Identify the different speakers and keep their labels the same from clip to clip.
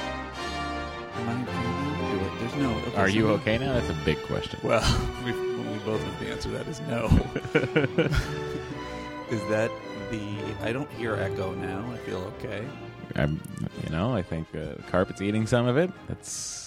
Speaker 1: Am I okay? Do it. There's no. okay,
Speaker 2: Are
Speaker 1: so-
Speaker 2: you okay now? That's a big question.
Speaker 3: Well, we, we both know the answer to that is no. is that the. I don't hear echo now. I feel okay.
Speaker 2: I'm, you know, I think uh, the carpet's eating some of it. That's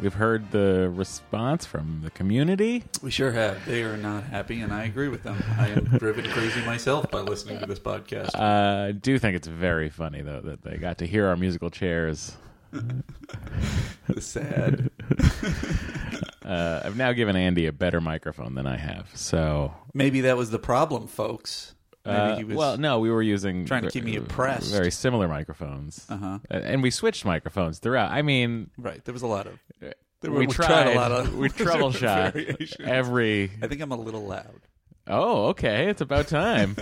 Speaker 2: we've heard the response from the community.
Speaker 3: We sure have. They are not happy, and I agree with them. I am driven crazy myself by listening to this podcast.
Speaker 2: Uh, I do think it's very funny though that they got to hear our musical chairs.
Speaker 3: The sad.
Speaker 2: Uh, I've now given Andy a better microphone than I have, so
Speaker 3: Maybe that was the problem, folks. Maybe
Speaker 2: Uh,
Speaker 3: he was.
Speaker 2: well, no, we were using
Speaker 3: trying to keep me impressed.
Speaker 2: Very similar microphones,
Speaker 3: Uh-huh.
Speaker 2: A- and we switched microphones throughout. I mean,
Speaker 3: Right. There was a lot of. There
Speaker 2: we,
Speaker 3: were-
Speaker 2: tried,
Speaker 3: a lot of.
Speaker 2: we trouble shot
Speaker 3: variations.
Speaker 2: every.
Speaker 3: I think I'm a little loud.
Speaker 2: Oh, okay, it's about time.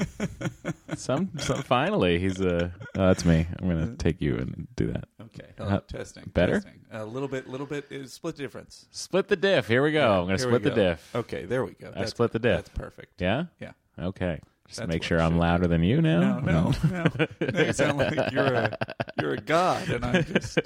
Speaker 2: some, some, finally, he's a. Oh, that's me. I'm gonna take you and do that.
Speaker 3: Okay. Hello,
Speaker 2: Uh,
Speaker 3: Oh, testing.
Speaker 2: better?
Speaker 3: Testing. A little bit, little bit. It split difference.
Speaker 2: Split the diff. Here we go. I'm gonna
Speaker 3: Here we
Speaker 2: split the
Speaker 3: go.
Speaker 2: diff.
Speaker 3: Okay, there we go. That's-
Speaker 2: split the diff.
Speaker 3: That's perfect.
Speaker 2: Yeah.
Speaker 3: Yeah.
Speaker 2: Okay. Just
Speaker 3: That's
Speaker 2: make
Speaker 3: what
Speaker 2: sure
Speaker 3: it should
Speaker 2: I'm
Speaker 3: be.
Speaker 2: louder than you now.
Speaker 3: No, no, no. Now you sound like you're a you're a god, and I'm just.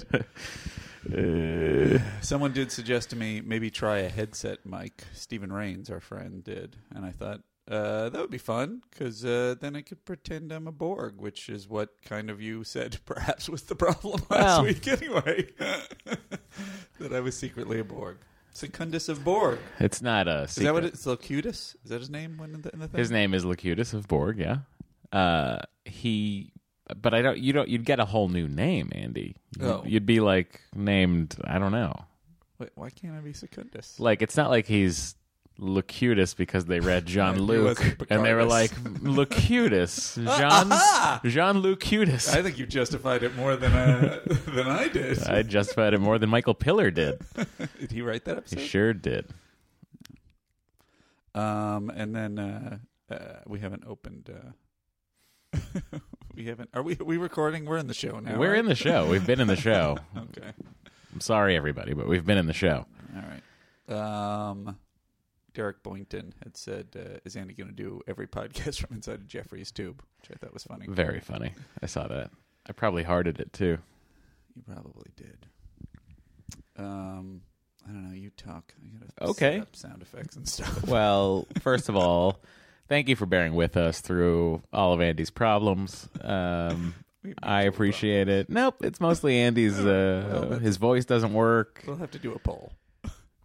Speaker 2: Uh,
Speaker 3: Someone did suggest to me maybe try a headset mic. Stephen Rains, our friend, did, and I thought uh, that would be fun because uh, then I could pretend I'm a Borg, which is what kind of you said perhaps was the problem last
Speaker 2: Well.
Speaker 3: week anyway. that I was secretly a Borg. Secundus of Borg.
Speaker 2: It's not a.
Speaker 3: Is that what
Speaker 2: secret.
Speaker 3: it's Locutus? Is that his name? When in the, in the thing?
Speaker 2: His name is Locutus of Borg. Yeah. Uh, he, but I don't. You don't. You'd get a whole new name, Andy. You'd,
Speaker 3: Oh.
Speaker 2: you'd be like named. I don't know.
Speaker 3: Wait, why can't I be Secundus?
Speaker 2: Like it's not like he's Locutus because they read John
Speaker 3: He
Speaker 2: Luke
Speaker 3: wasn't
Speaker 2: and they were
Speaker 3: Picardus.
Speaker 2: like Locutus John John Locutus.
Speaker 3: Ah, I think you justified it more than uh, than I did.
Speaker 2: I justified it more than Michael Pillar did.
Speaker 3: did he write that
Speaker 2: He
Speaker 3: episode?
Speaker 2: sure did.
Speaker 3: Um, and then uh, uh, we haven't opened. Uh, we haven't. Are we? Are we recording? We're in the show now.
Speaker 2: We're
Speaker 3: right?
Speaker 2: in the show. We've been in the show.
Speaker 3: Okay.
Speaker 2: I'm sorry, everybody, but we've been in the show.
Speaker 3: All right. Um, Derek Boynton had said, uh, "Is Andy going to do every podcast from inside of Jeffrey's tube?" Which I thought was funny.
Speaker 2: Very funny. I saw that. I probably hearted it too.
Speaker 3: You probably did. Um, I don't know. You talk. I gotta set
Speaker 2: Okay.
Speaker 3: up sound effects and stuff.
Speaker 2: Well, first of all, thank you for bearing with us through all of Andy's problems. Um,
Speaker 3: We have
Speaker 2: I
Speaker 3: mutual
Speaker 2: appreciate it. Nope, it's mostly Andy's.
Speaker 3: Well,
Speaker 2: Uh,
Speaker 3: that's-
Speaker 2: his voice doesn't work.
Speaker 3: We'll have to do a poll.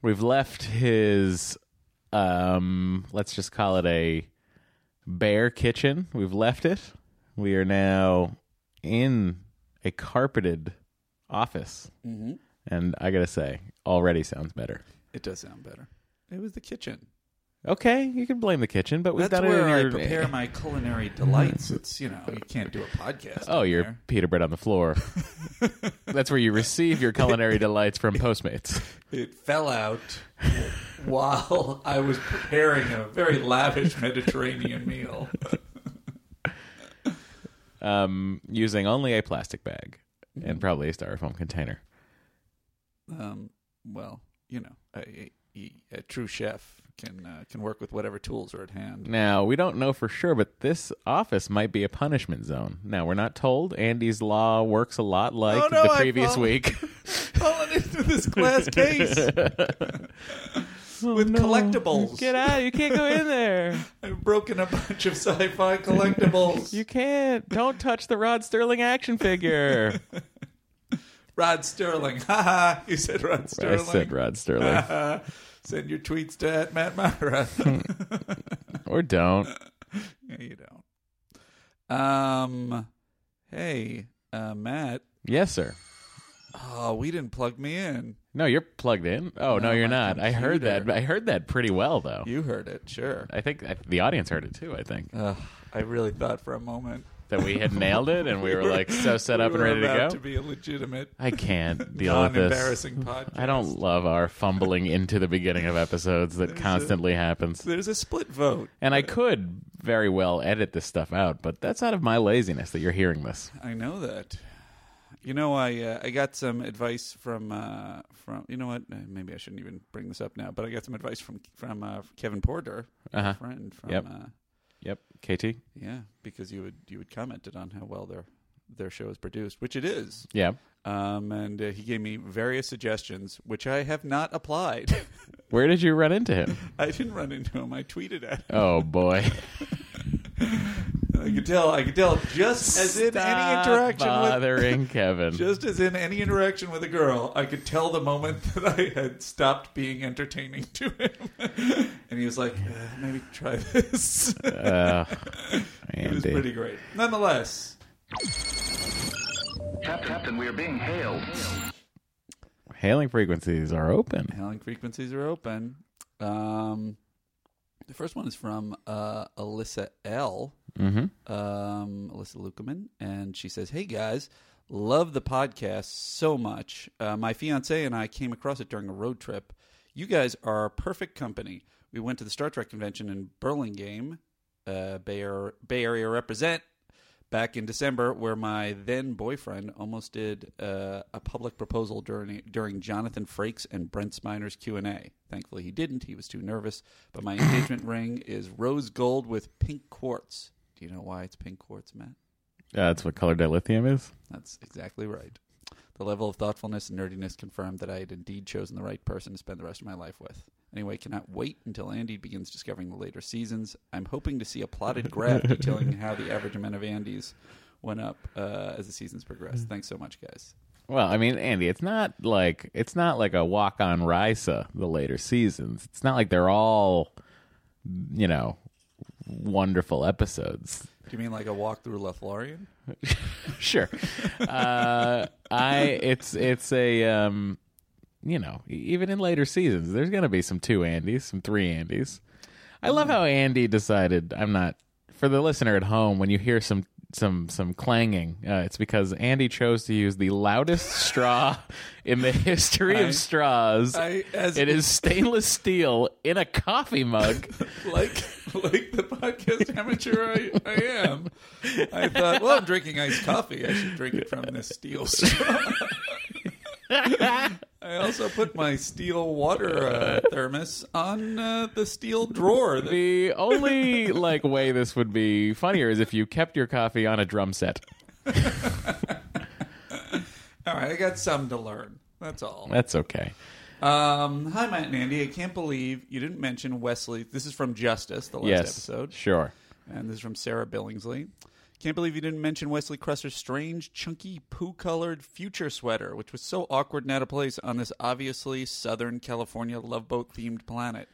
Speaker 2: We've left his. Um, let's just call it a bare kitchen. We've left it. We are now in a carpeted office,
Speaker 3: Mm-hmm.
Speaker 2: and I gotta say, already sounds better.
Speaker 3: It does sound better. It was the kitchen.
Speaker 2: Okay, you can blame the kitchen, but we've
Speaker 3: That's
Speaker 2: done it.
Speaker 3: where
Speaker 2: in
Speaker 3: I
Speaker 2: your-
Speaker 3: prepare my culinary delights. It's you know you can't do a podcast.
Speaker 2: Oh,
Speaker 3: in
Speaker 2: your
Speaker 3: there.
Speaker 2: pita bread on the floor. That's where you receive your culinary delights from Postmates.
Speaker 3: it fell out while I was preparing a very lavish Mediterranean meal.
Speaker 2: Um, using only a plastic bag and probably a styrofoam container.
Speaker 3: Um, well, you know, a, a, a true chef can uh, can work with whatever tools are at hand.
Speaker 2: Now, we don't know for sure, but this office might be a punishment zone. Now, we're not told. Andy's law works a lot like
Speaker 3: Oh, no,
Speaker 2: the
Speaker 3: I
Speaker 2: previous
Speaker 3: fall-
Speaker 2: week.
Speaker 3: Falling into this glass case with collectibles.
Speaker 2: Oh, Get out. You can't go in there.
Speaker 3: I've broken a bunch of sci-fi collectibles.
Speaker 2: You can't. Don't touch the Rod Sterling action figure.
Speaker 3: Rod Sterling, ha ha! You said Rod
Speaker 2: I
Speaker 3: Sterling.
Speaker 2: said Rod Sterling.
Speaker 3: Uh, send your tweets to at Matt Myra.
Speaker 2: or don't.
Speaker 3: yeah, you don't. Um, hey, uh, Matt.
Speaker 2: Yes, sir.
Speaker 3: Oh, we didn't plug me in.
Speaker 2: No, you're plugged in. Oh no,
Speaker 3: No,
Speaker 2: you're
Speaker 3: my
Speaker 2: not. I heard that.
Speaker 3: computer.
Speaker 2: I heard that pretty well though.
Speaker 3: You heard it, sure.
Speaker 2: I think I, the audience heard it too. I think
Speaker 3: Ugh, I really thought for a moment
Speaker 2: that we had nailed it and we were like so set up
Speaker 3: we
Speaker 2: and
Speaker 3: were
Speaker 2: ready to
Speaker 3: about
Speaker 2: go.
Speaker 3: to be a legitimate,
Speaker 2: I can't deal with this.
Speaker 3: non-embarrassing podcast.
Speaker 2: I don't love our fumbling into the beginning of episodes that constantly happens.
Speaker 3: There's a split vote.
Speaker 2: And I could very well edit this stuff out, but that's out of my laziness that you're hearing this.
Speaker 3: I know that. You know, I uh, I got some advice from uh, from you know what? Uh, Maybe I shouldn't even bring this up now, but I got some advice from from uh, Kevin Porter,
Speaker 2: Uh-huh.
Speaker 3: a friend from
Speaker 2: Yep.
Speaker 3: uh,
Speaker 2: Yep. KT?
Speaker 3: yeah, because you would you had commented on how well their their show is produced, which it is.
Speaker 2: Yeah.
Speaker 3: Um, and uh, he gave me various suggestions, which I have not applied.
Speaker 2: Where did you run into him?
Speaker 3: I didn't run into him. I tweeted at him.
Speaker 2: Oh boy.
Speaker 3: I could tell. I could tell. Just as in any
Speaker 2: Stop
Speaker 3: interaction with
Speaker 2: bothering Kevin.
Speaker 3: Just as in any interaction with a girl, I could tell the moment that I had stopped being entertaining to him. and he was like, uh, maybe try this.
Speaker 2: Uh,
Speaker 3: it was
Speaker 2: Andy.
Speaker 3: pretty great. Nonetheless,
Speaker 4: Captain, Captain, we are being hailed.
Speaker 2: Hailing frequencies are open.
Speaker 3: hailing frequencies are open. Um, the first one is from uh, Alyssa L.
Speaker 2: Mm-hmm.
Speaker 3: um, Alyssa Lukeman, and she says, "Hey guys, love the podcast so much. Uh, my fiance and I came across it during a road trip. You guys are perfect company. We went to the Star Trek convention in Burlingame, uh, Bay, Ar- Bay Area represent." Back in December, where my then boyfriend almost did uh, a public proposal during during Jonathan Frakes and Brent Spiner's Q and A. Thankfully, he didn't. He was too nervous. But my engagement ring is rose gold with pink quartz. Do you know why it's pink quartz, Matt?
Speaker 2: Uh, that's what color dilithium is.
Speaker 3: That's exactly right. The level of thoughtfulness and nerdiness confirmed that I had indeed chosen the right person to spend the rest of my life with. Anyway, cannot wait until Andy begins discovering the later seasons. I'm hoping to see a plotted graph detailing how the average amount of Andys went up uh, as the seasons
Speaker 2: Mm.
Speaker 3: progressed. Thanks so much, guys.
Speaker 2: Well, I mean, Andy, it's not like it's not like a walk on Risa the later seasons. It's not like they're all, you know, wonderful episodes.
Speaker 3: Do you mean like a walk through Lothlorien?
Speaker 2: sure. Uh, I it's it's a um, you know e- even in later seasons there's gonna be some two Andys, some three Andys. I love how Andy decided I'm not for the listener at home when you hear some some some clanging uh, it's because Andy chose to use the loudest straw in the history
Speaker 3: I-
Speaker 2: of straws.
Speaker 3: I- as-
Speaker 2: it is stainless steel in a coffee mug.
Speaker 3: like like the podcast amateur I, I am, I thought, well, I'm drinking iced coffee. I should drink it from this steel straw. I also put my steel water uh, thermos on uh, the steel drawer. That,
Speaker 2: The only like way this would be funnier is if you kept your coffee on a drum set.
Speaker 3: all right, I got some to learn. That's all.
Speaker 2: That's okay.
Speaker 3: Um, hi, Matt and Andy. I can't believe you didn't mention Wesley. This is from Justice, the last
Speaker 2: yes.
Speaker 3: episode.
Speaker 2: Sure.
Speaker 3: And this is from Sarah Billingsley. Can't believe you didn't mention Wesley Cruster's strange, chunky, poo colored future sweater, which was so awkward and out of place on this obviously Southern California love boat themed planet.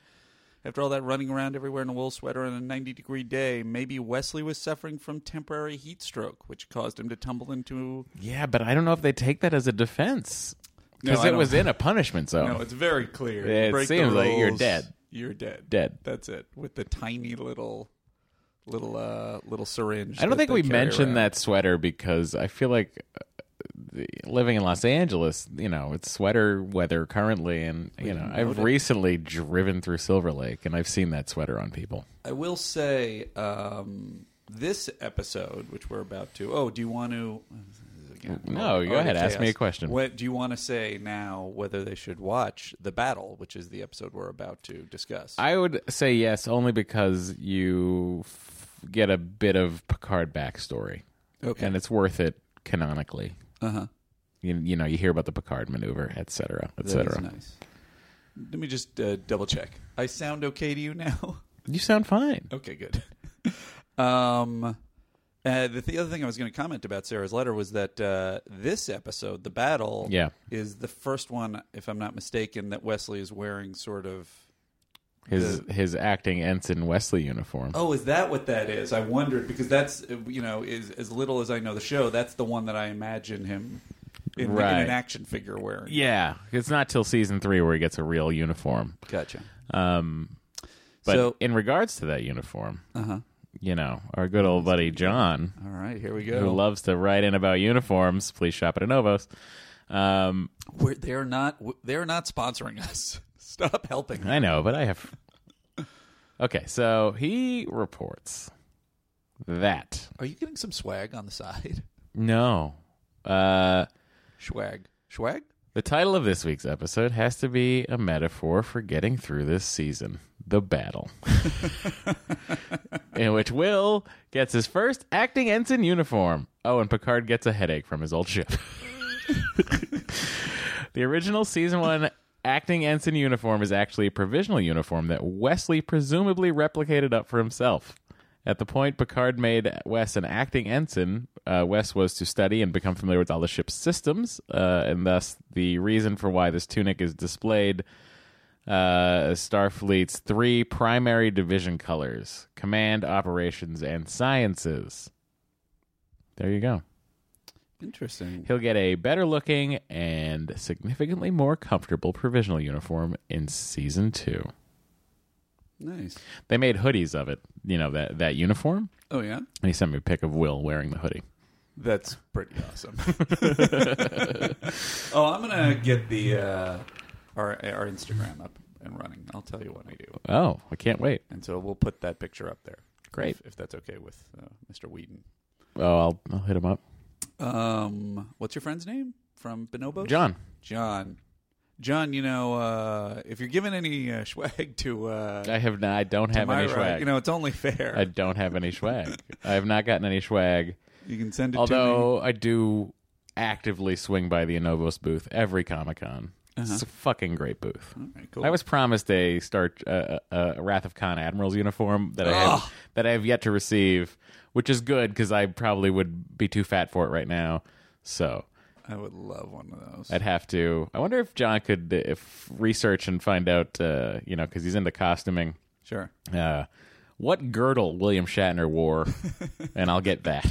Speaker 3: After all that running around everywhere in a wool sweater on a 90 degree day, maybe Wesley was suffering from temporary heat stroke, which caused him to tumble into.
Speaker 2: Yeah, but I don't know if they take that as a defense
Speaker 3: No,
Speaker 2: because
Speaker 3: I
Speaker 2: it was
Speaker 3: don't.
Speaker 2: in a punishment zone.
Speaker 3: No, it's very clear.
Speaker 2: Yeah, it
Speaker 3: Break the
Speaker 2: seems like you're
Speaker 3: rules,
Speaker 2: dead.
Speaker 3: You're dead.
Speaker 2: Dead.
Speaker 3: That's it. With the tiny little, little, uh, little syringe.
Speaker 2: I don't
Speaker 3: that
Speaker 2: think
Speaker 3: they
Speaker 2: we
Speaker 3: carry
Speaker 2: mentioned
Speaker 3: around.
Speaker 2: that sweater because I feel like uh, the, living in Los Angeles, you know, it's sweater weather currently, and you know, I've recently driven through Silver Lake and I've seen that sweater on people.
Speaker 3: I will say um, this episode, which we're about to. Oh, do you want to? Again,
Speaker 2: No,
Speaker 3: oh,
Speaker 2: go
Speaker 3: oh,
Speaker 2: ahead, ask
Speaker 3: chaos.
Speaker 2: me a question.
Speaker 3: What do you want to say now? Whether they should watch the battle, which is the episode we're about to discuss.
Speaker 2: I would say yes, only because you f- get a bit of Picard backstory,
Speaker 3: okay.
Speaker 2: and it's worth it canonically.
Speaker 3: uh huh.
Speaker 2: You, you know, you hear about the Picard maneuver, et cetera, et
Speaker 3: That is
Speaker 2: cetera.
Speaker 3: nice. Let me just uh, double check. I sound okay to you now?
Speaker 2: You sound fine.
Speaker 3: Okay, good. um, uh, the, the other thing I was going to comment about Sarah's letter was that uh, this episode, the battle,
Speaker 2: Yeah.
Speaker 3: is the first one, if I'm not mistaken, that Wesley is wearing sort of.
Speaker 2: His his acting ensign Wesley uniform.
Speaker 3: Oh, is that what that is? I wondered because that's uh, you know is as little as I know the show. That's the one that I imagine him in, in
Speaker 2: Right.
Speaker 3: an action figure wearing.
Speaker 2: Yeah, it's not till season three where he gets a real uniform.
Speaker 3: Gotcha.
Speaker 2: Um, but
Speaker 3: So-
Speaker 2: in regards to that uniform,
Speaker 3: Uh huh.
Speaker 2: you know, our good old buddy John,
Speaker 3: All right, here we
Speaker 2: who
Speaker 3: go.
Speaker 2: loves to write in about uniforms, please shop at Anovos. Um,
Speaker 3: We're, they're not. w- They're not sponsoring us. Stop helping.
Speaker 2: I know, but I have. Okay, so he reports that
Speaker 3: Are you getting some swag on the side?
Speaker 2: no, uh,
Speaker 3: Swag. Swag.
Speaker 2: the title of this week's episode has to be a metaphor for getting through this season, the battle, in which Will gets his first acting ensign uniform. Oh, and Picard gets a headache from his old ship. The original season one acting ensign uniform is actually a provisional uniform that Wesley presumably replicated up for himself. At the point Picard made Wes an acting ensign, uh, Wes was to study and become familiar with all the ship's systems, uh, and thus the reason for why this tunic is displayed uh, Starfleet's three primary division colors command, operations, and sciences. There you go.
Speaker 3: Interesting.
Speaker 2: He'll get a better looking and significantly more comfortable provisional uniform in season two.
Speaker 3: Nice.
Speaker 2: They made hoodies of it, you know, that, that uniform.
Speaker 3: Oh yeah.
Speaker 2: And he sent me a pic of Will wearing the hoodie.
Speaker 3: That's pretty awesome. oh, I'm gonna get the uh, our our Instagram up and running. I'll tell you what I do,
Speaker 2: Oh, I can't wait.
Speaker 3: and so we'll put that picture up there.
Speaker 2: Great.
Speaker 3: if, if that's okay with uh, Mr. Whedon.
Speaker 2: Oh, I'll, I'll hit him up.
Speaker 3: Um, what's your friend's name from Bonobos?
Speaker 2: John.
Speaker 3: John. John, you know, uh, if you're giving any uh, swag to, uh,
Speaker 2: I have not, I don't have any
Speaker 3: Myra,
Speaker 2: swag.
Speaker 3: you know, it's only fair.
Speaker 2: I don't have any swag. I have not gotten any swag.
Speaker 3: you can send it to me.
Speaker 2: Although I do actively swing by the Innovos booth every Comic Con. It's a fucking great booth.
Speaker 3: All right, cool.
Speaker 2: I was promised a Star uh, uh, a Wrath of Khan Admiral's uniform that I
Speaker 3: Ugh.
Speaker 2: have, that I have yet to receive, which is good because I probably would be too fat for it right now. So
Speaker 3: I would love one of those.
Speaker 2: I'd have to. I wonder if John could uh, if research and find out, uh, you know, because he's into costuming.
Speaker 3: sure.
Speaker 2: Uh, what girdle William Shatner wore, and I'll get that.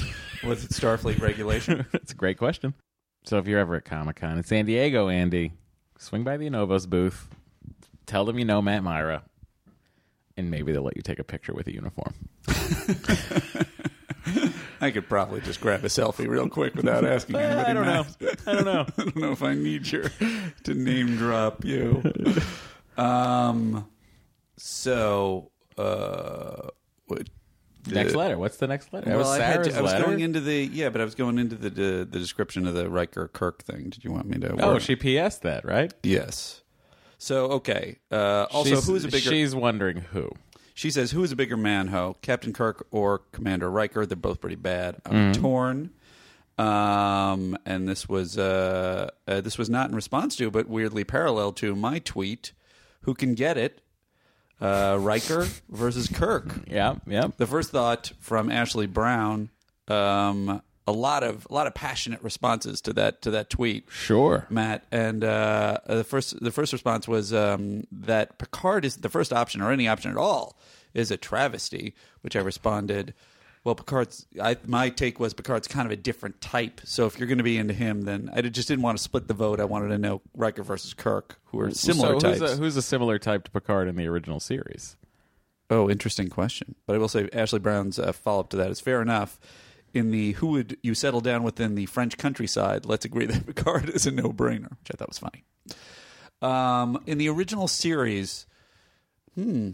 Speaker 3: Was it Starfleet regulation?
Speaker 2: That's a great question. So if you're ever at Comic Con in San Diego, Andy, swing by the Innovos booth, tell them you know Matt Myra, and maybe they'll let you take a picture with a uniform.
Speaker 3: I could probably just grab a selfie real quick without asking anybody.
Speaker 2: I don't know.
Speaker 3: Matt.
Speaker 2: I don't know.
Speaker 3: I don't know if I need your to name drop you. Um, so uh, what,
Speaker 2: next letter. What's the next letter? That was
Speaker 3: well, I, had
Speaker 2: Sarah's
Speaker 3: to- I was
Speaker 2: letter.
Speaker 3: going into the yeah, but I was going into the the, the description of the Riker Kirk thing. Did you want me to?
Speaker 2: oh,
Speaker 3: work-
Speaker 2: she PS'd that, right?
Speaker 3: yes. So okay. Uh, also,
Speaker 2: she's,
Speaker 3: who is a bigger?
Speaker 2: She's wondering who.
Speaker 3: She says, "Who is a bigger man, ho? Captain Kirk or Commander Riker? They're both pretty bad. I'm torn." Um, and this was uh, uh, this was not in response to, but weirdly parallel to my tweet. Who can get it? Uh, Riker versus Kirk.
Speaker 2: Yeah, yeah.
Speaker 3: The first thought from Ashley Brown. Um, a lot of a lot of passionate responses to that to that tweet.
Speaker 2: Sure.
Speaker 3: Matt, and uh, the first the first response was um, that Picard is the first option or any option at all is a travesty, which I responded. Well, Picard's I, my take was Picard's kind of a different type. So if you're going to be into him, then I just didn't want to split the vote. I wanted to know Riker versus Kirk, who are
Speaker 2: so
Speaker 3: similar types.
Speaker 2: Who's a, who's a similar type to Picard in the original series?
Speaker 3: Oh, interesting question. But I will say Ashley Brown's uh, follow up to that is fair enough. In the who would you settle down with in the French countryside, let's agree that Picard is a no brainer, which I thought was funny. Um, in the original series, hmm,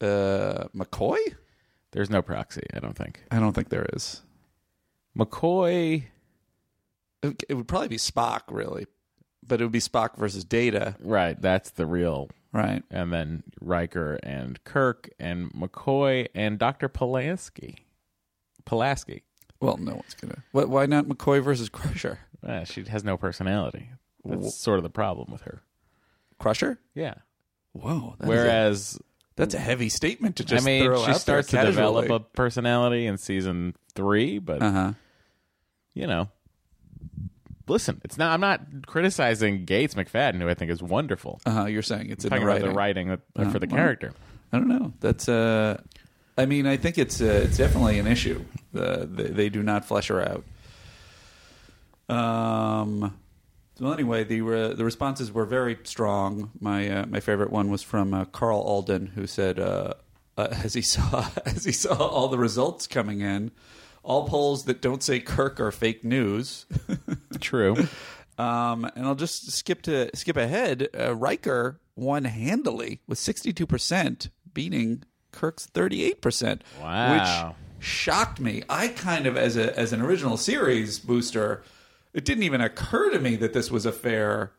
Speaker 3: uh, McCoy?
Speaker 2: There's no proxy, I don't think.
Speaker 3: I don't think there is.
Speaker 2: McCoy.
Speaker 3: It it would probably be Spock, really, but it would be Spock versus Data,
Speaker 2: Right, that's the real
Speaker 3: right?
Speaker 2: and then Riker and Kirk and McCoy and Dr. Pulaski. Pulaski.
Speaker 3: Well, no one's gonna. What, why not McCoy versus Crusher?
Speaker 2: Uh, she has no personality. That's
Speaker 3: Wh-
Speaker 2: sort of the problem with her.
Speaker 3: Crusher?
Speaker 2: Yeah.
Speaker 3: Whoa, that is a-
Speaker 2: Whereas
Speaker 3: that's a heavy statement to just.
Speaker 2: I mean,
Speaker 3: throw
Speaker 2: she
Speaker 3: out
Speaker 2: starts
Speaker 3: there
Speaker 2: to develop
Speaker 3: casually.
Speaker 2: a personality in season three, but
Speaker 3: Uh-huh.
Speaker 2: you know, listen, it's not. I'm not criticizing Gates McFadden, who I think is wonderful.
Speaker 3: Uh-huh, you're saying it's in the
Speaker 2: talking
Speaker 3: writing.
Speaker 2: about the writing that-
Speaker 3: Uh,
Speaker 2: for the
Speaker 3: well.
Speaker 2: character.
Speaker 3: I don't know. That's uh I mean, I think it's uh, it's definitely an issue. Uh, they, they do not flesh her out. Um well, anyway, the re- the responses were very strong. My uh, my favorite one was from uh, Carl Alden, who said, uh, uh, as he saw as he saw all the results coming in. All polls that don't say Kirk are fake news.
Speaker 2: True.
Speaker 3: Um, and I'll just skip to skip ahead. Uh, Riker won handily with 62%, beating Kirk's 38%.
Speaker 2: Wow.
Speaker 3: Which shocked me. I kind of as a as an original series booster, it didn't even occur to me that this was a fair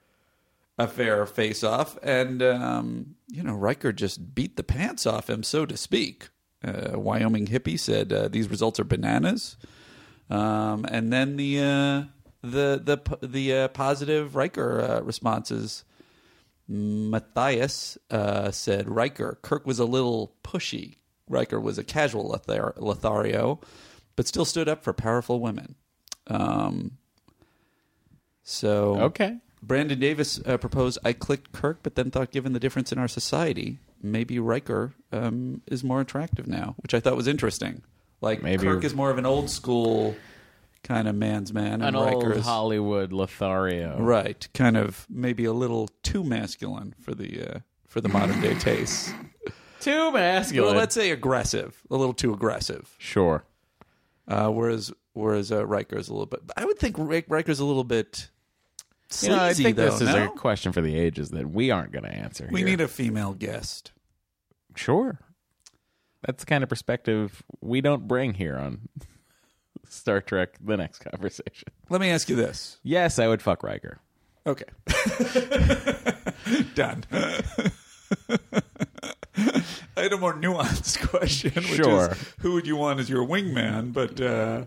Speaker 3: a fair face off and um, you know Riker just beat the pants off him so to speak. Uh, Wyoming hippie said uh, these results are bananas. Um, and then the uh, the the p- the uh, positive Riker uh, responses. Matthias uh, said Riker. Kirk was a little pushy. Riker was a casual Lothar- Lothario, but still stood up for powerful women. Um, so
Speaker 2: Okay.
Speaker 3: Brandon Davis uh, proposed I clicked Kirk, but then thought, given the difference in our society, maybe Riker um, is more attractive now, which I thought was interesting. Like
Speaker 2: Maybe-
Speaker 3: Kirk is more of an old school kind of man's man,
Speaker 2: An
Speaker 3: and
Speaker 2: old
Speaker 3: Riker is
Speaker 2: Hollywood Lothario.
Speaker 3: right, kind of maybe a little too masculine for the uh, for the modern day tastes.
Speaker 2: Too
Speaker 3: Well,
Speaker 2: masculine.
Speaker 3: let's say aggressive, a little too aggressive.
Speaker 2: sure.
Speaker 3: Uh, whereas whereas uh, Riker is a little bit. I would think Rik- Riker's a little bit. Sleazy,
Speaker 2: You know, I think
Speaker 3: though,
Speaker 2: this is
Speaker 3: no?
Speaker 2: a question for the ages that we aren't going to answer.
Speaker 3: we
Speaker 2: here.
Speaker 3: need a female guest.
Speaker 2: Sure. That's the kind of perspective we don't bring here on Star Trek The Next Conversation.
Speaker 3: Let me ask you this.
Speaker 2: Yes, I would fuck Riker.
Speaker 3: Okay. Done. I had a more nuanced question, which
Speaker 2: Sure.
Speaker 3: is who would you want as your wingman? But uh,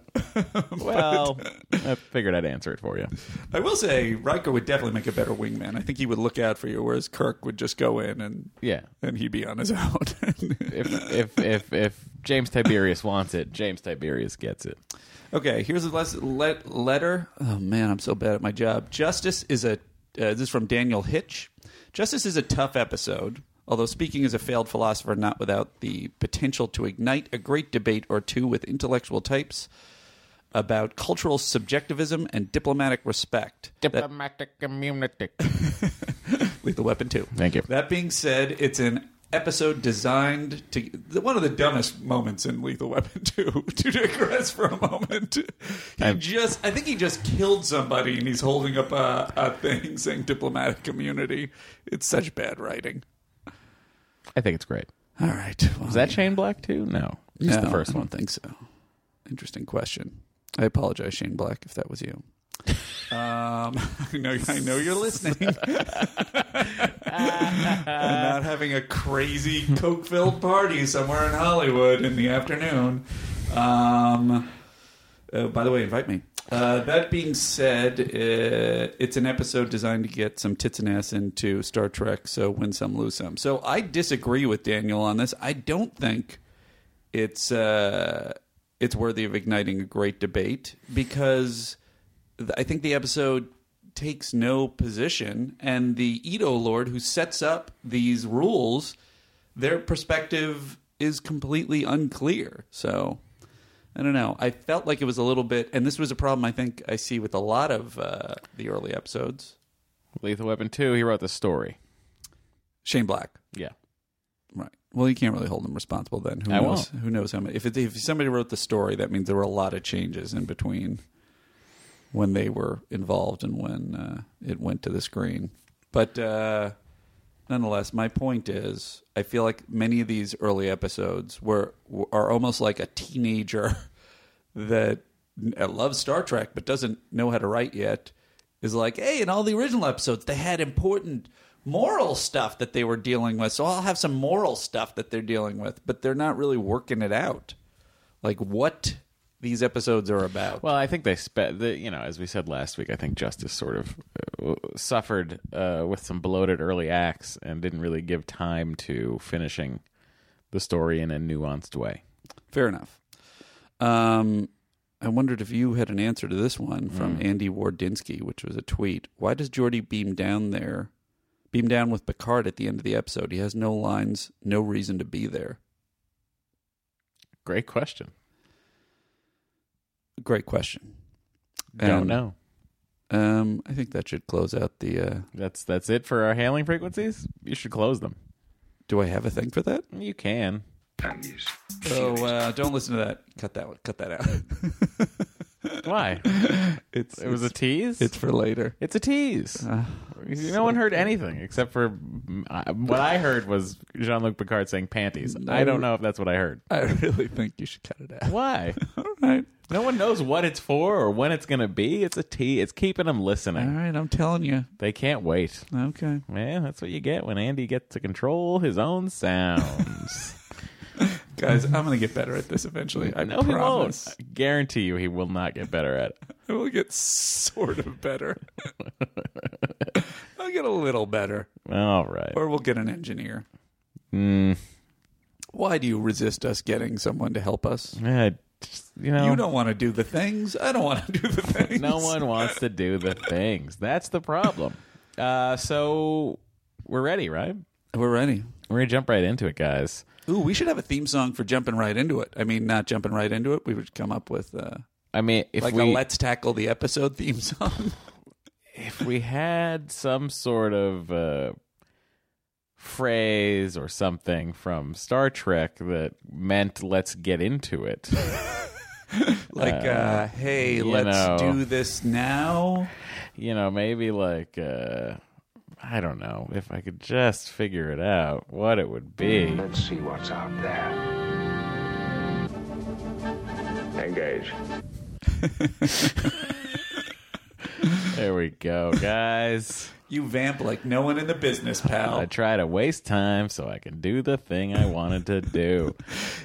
Speaker 2: Well, I figured I'd answer it for you.
Speaker 3: I will say Riker would definitely make a better wingman. I think he would look out for you, whereas Kirk would just go in and
Speaker 2: Yeah.
Speaker 3: and he'd be on his own.
Speaker 2: If if if if James Tiberius wants it, James Tiberius gets it.
Speaker 3: Okay, here's a les- let- letter. Oh man, I'm so bad at my job. Justice is a. Uh, this is from Daniel Hitch. Justice is a tough episode. Although speaking as a failed philosopher, not without the potential to ignite a great debate or two with intellectual types about cultural subjectivism and diplomatic respect. That-
Speaker 2: Diplomatic immunity.
Speaker 3: Lethal Weapon Two.
Speaker 2: Thank you.
Speaker 3: That being said, it's an episode designed to one of the dumbest moments in Lethal Weapon 2 to digress for a moment. He
Speaker 2: I'm-
Speaker 3: just I think he just killed somebody and he's holding up a, a thing saying diplomatic community. It's such bad writing.
Speaker 2: I think it's great.
Speaker 3: All right. Well,
Speaker 2: Is that Shane Black too? No. Just the first
Speaker 3: I don't
Speaker 2: one.
Speaker 3: think so. Interesting question. I apologize, Shane Black, if that was you. um, I know, I know you're listening. and not having a crazy coke-filled party somewhere in Hollywood in the afternoon. Um, uh, by the way, invite me. Uh, that being said, uh, it's an episode designed to get some tits and ass into Star Trek, so win some, lose some. So I disagree with Daniel on this. I don't think it's uh, it's worthy of igniting a great debate because th- I think the episode takes no position, and the Edo Lord who sets up these rules, their perspective is completely unclear. So I don't know. I felt like it was a little bit, and this was a problem I think I see with a lot of uh, the early episodes.
Speaker 2: Lethal Weapon 2, he wrote the story.
Speaker 3: Shane Black.
Speaker 2: Yeah.
Speaker 3: Right. Well, you can't really hold them responsible then. Who
Speaker 2: I
Speaker 3: knows? Who knows how many? If it, if somebody wrote the story, that means there were a lot of changes in between when they were involved and when uh, it went to the screen. But uh, nonetheless, my point is, I feel like many of these early episodes were are almost like a teenager that uh, loves Star Trek but doesn't know how to write yet is like, hey, in all the original episodes, they had important moral stuff that they were dealing with, so I'll have some moral stuff that they're dealing with, but they're not really working it out, like what these episodes are about.
Speaker 2: Well, I think they spe- the, you know, as we said last week, I think Justice sort of uh, suffered uh, with some bloated early acts and didn't really give time to finishing the story in a nuanced way.
Speaker 3: Fair enough. Um, I wondered if you had an answer to this one from Andy Wardinsky, which was a tweet. Why does Jordy beam down there, beam down with Picard at the end of the episode? He has no lines, no reason to be there.
Speaker 2: Great question.
Speaker 3: Great question.
Speaker 2: Don't
Speaker 3: And,
Speaker 2: know.
Speaker 3: Um, I think that should close out the. Uh,
Speaker 2: That's that's it for our hailing frequencies. You should close them.
Speaker 3: do I have a thing for that?
Speaker 2: You can.
Speaker 5: values.
Speaker 3: So uh, don't listen to that. Cut that. one. Cut that out.
Speaker 2: Why?
Speaker 3: it's
Speaker 2: It was a
Speaker 3: it's,
Speaker 2: tease.
Speaker 3: it's Uh, for later.
Speaker 2: It's a tease. no one heard anything except for mm, I- what I heard was Jean Luc Picard saying panties. I don't know if that's what I heard.
Speaker 3: I really think you should cut it out.
Speaker 2: Why?
Speaker 3: All right.
Speaker 2: No one knows what it's for or when it's going to be. It's a tease. It's keeping them
Speaker 3: All
Speaker 2: listening.
Speaker 3: right. I'm telling you.
Speaker 2: They can't wait.
Speaker 3: Okay.
Speaker 2: Man, that's what you get when Andy gets to control his own sounds.
Speaker 3: Guys, I'm going to get better at this eventually. I
Speaker 2: no, he
Speaker 3: promise.
Speaker 2: won't. I guarantee you, he will not get better at it.
Speaker 3: I will get sort of better. I'll get a little better,
Speaker 2: All right.
Speaker 3: or we'll get an engineer.
Speaker 2: Mm,
Speaker 3: Why do you resist us getting someone to help us?
Speaker 2: yeah, just, you know,
Speaker 3: You don't want to do the things. I don't want to do the things.
Speaker 2: no one wants to do the things. That's the problem. Uh, so we're ready, right?
Speaker 3: We're ready.
Speaker 2: We're gonna jump right into it, guys.
Speaker 3: Ooh, we should have a theme song for jumping right into it. I mean, not jumping right into it. We would come up with uh,
Speaker 2: I mean, if
Speaker 3: like
Speaker 2: we
Speaker 3: a "Let's Tackle the Episode" theme song.
Speaker 2: if we had some sort of uh, phrase or something from Star Trek that meant "Let's get into it,"
Speaker 3: like, uh, "Hey,
Speaker 2: you
Speaker 3: let's
Speaker 2: know.
Speaker 3: do this now."
Speaker 2: you know, maybe like uh, I don't know if I could just figure it out what it would be.
Speaker 5: Let's see what's out there. Engage.
Speaker 2: There we go, guys.
Speaker 3: You vamp like no one in the business,
Speaker 2: I
Speaker 3: pal.
Speaker 2: try to waste time so I can do the thing I wanted to do.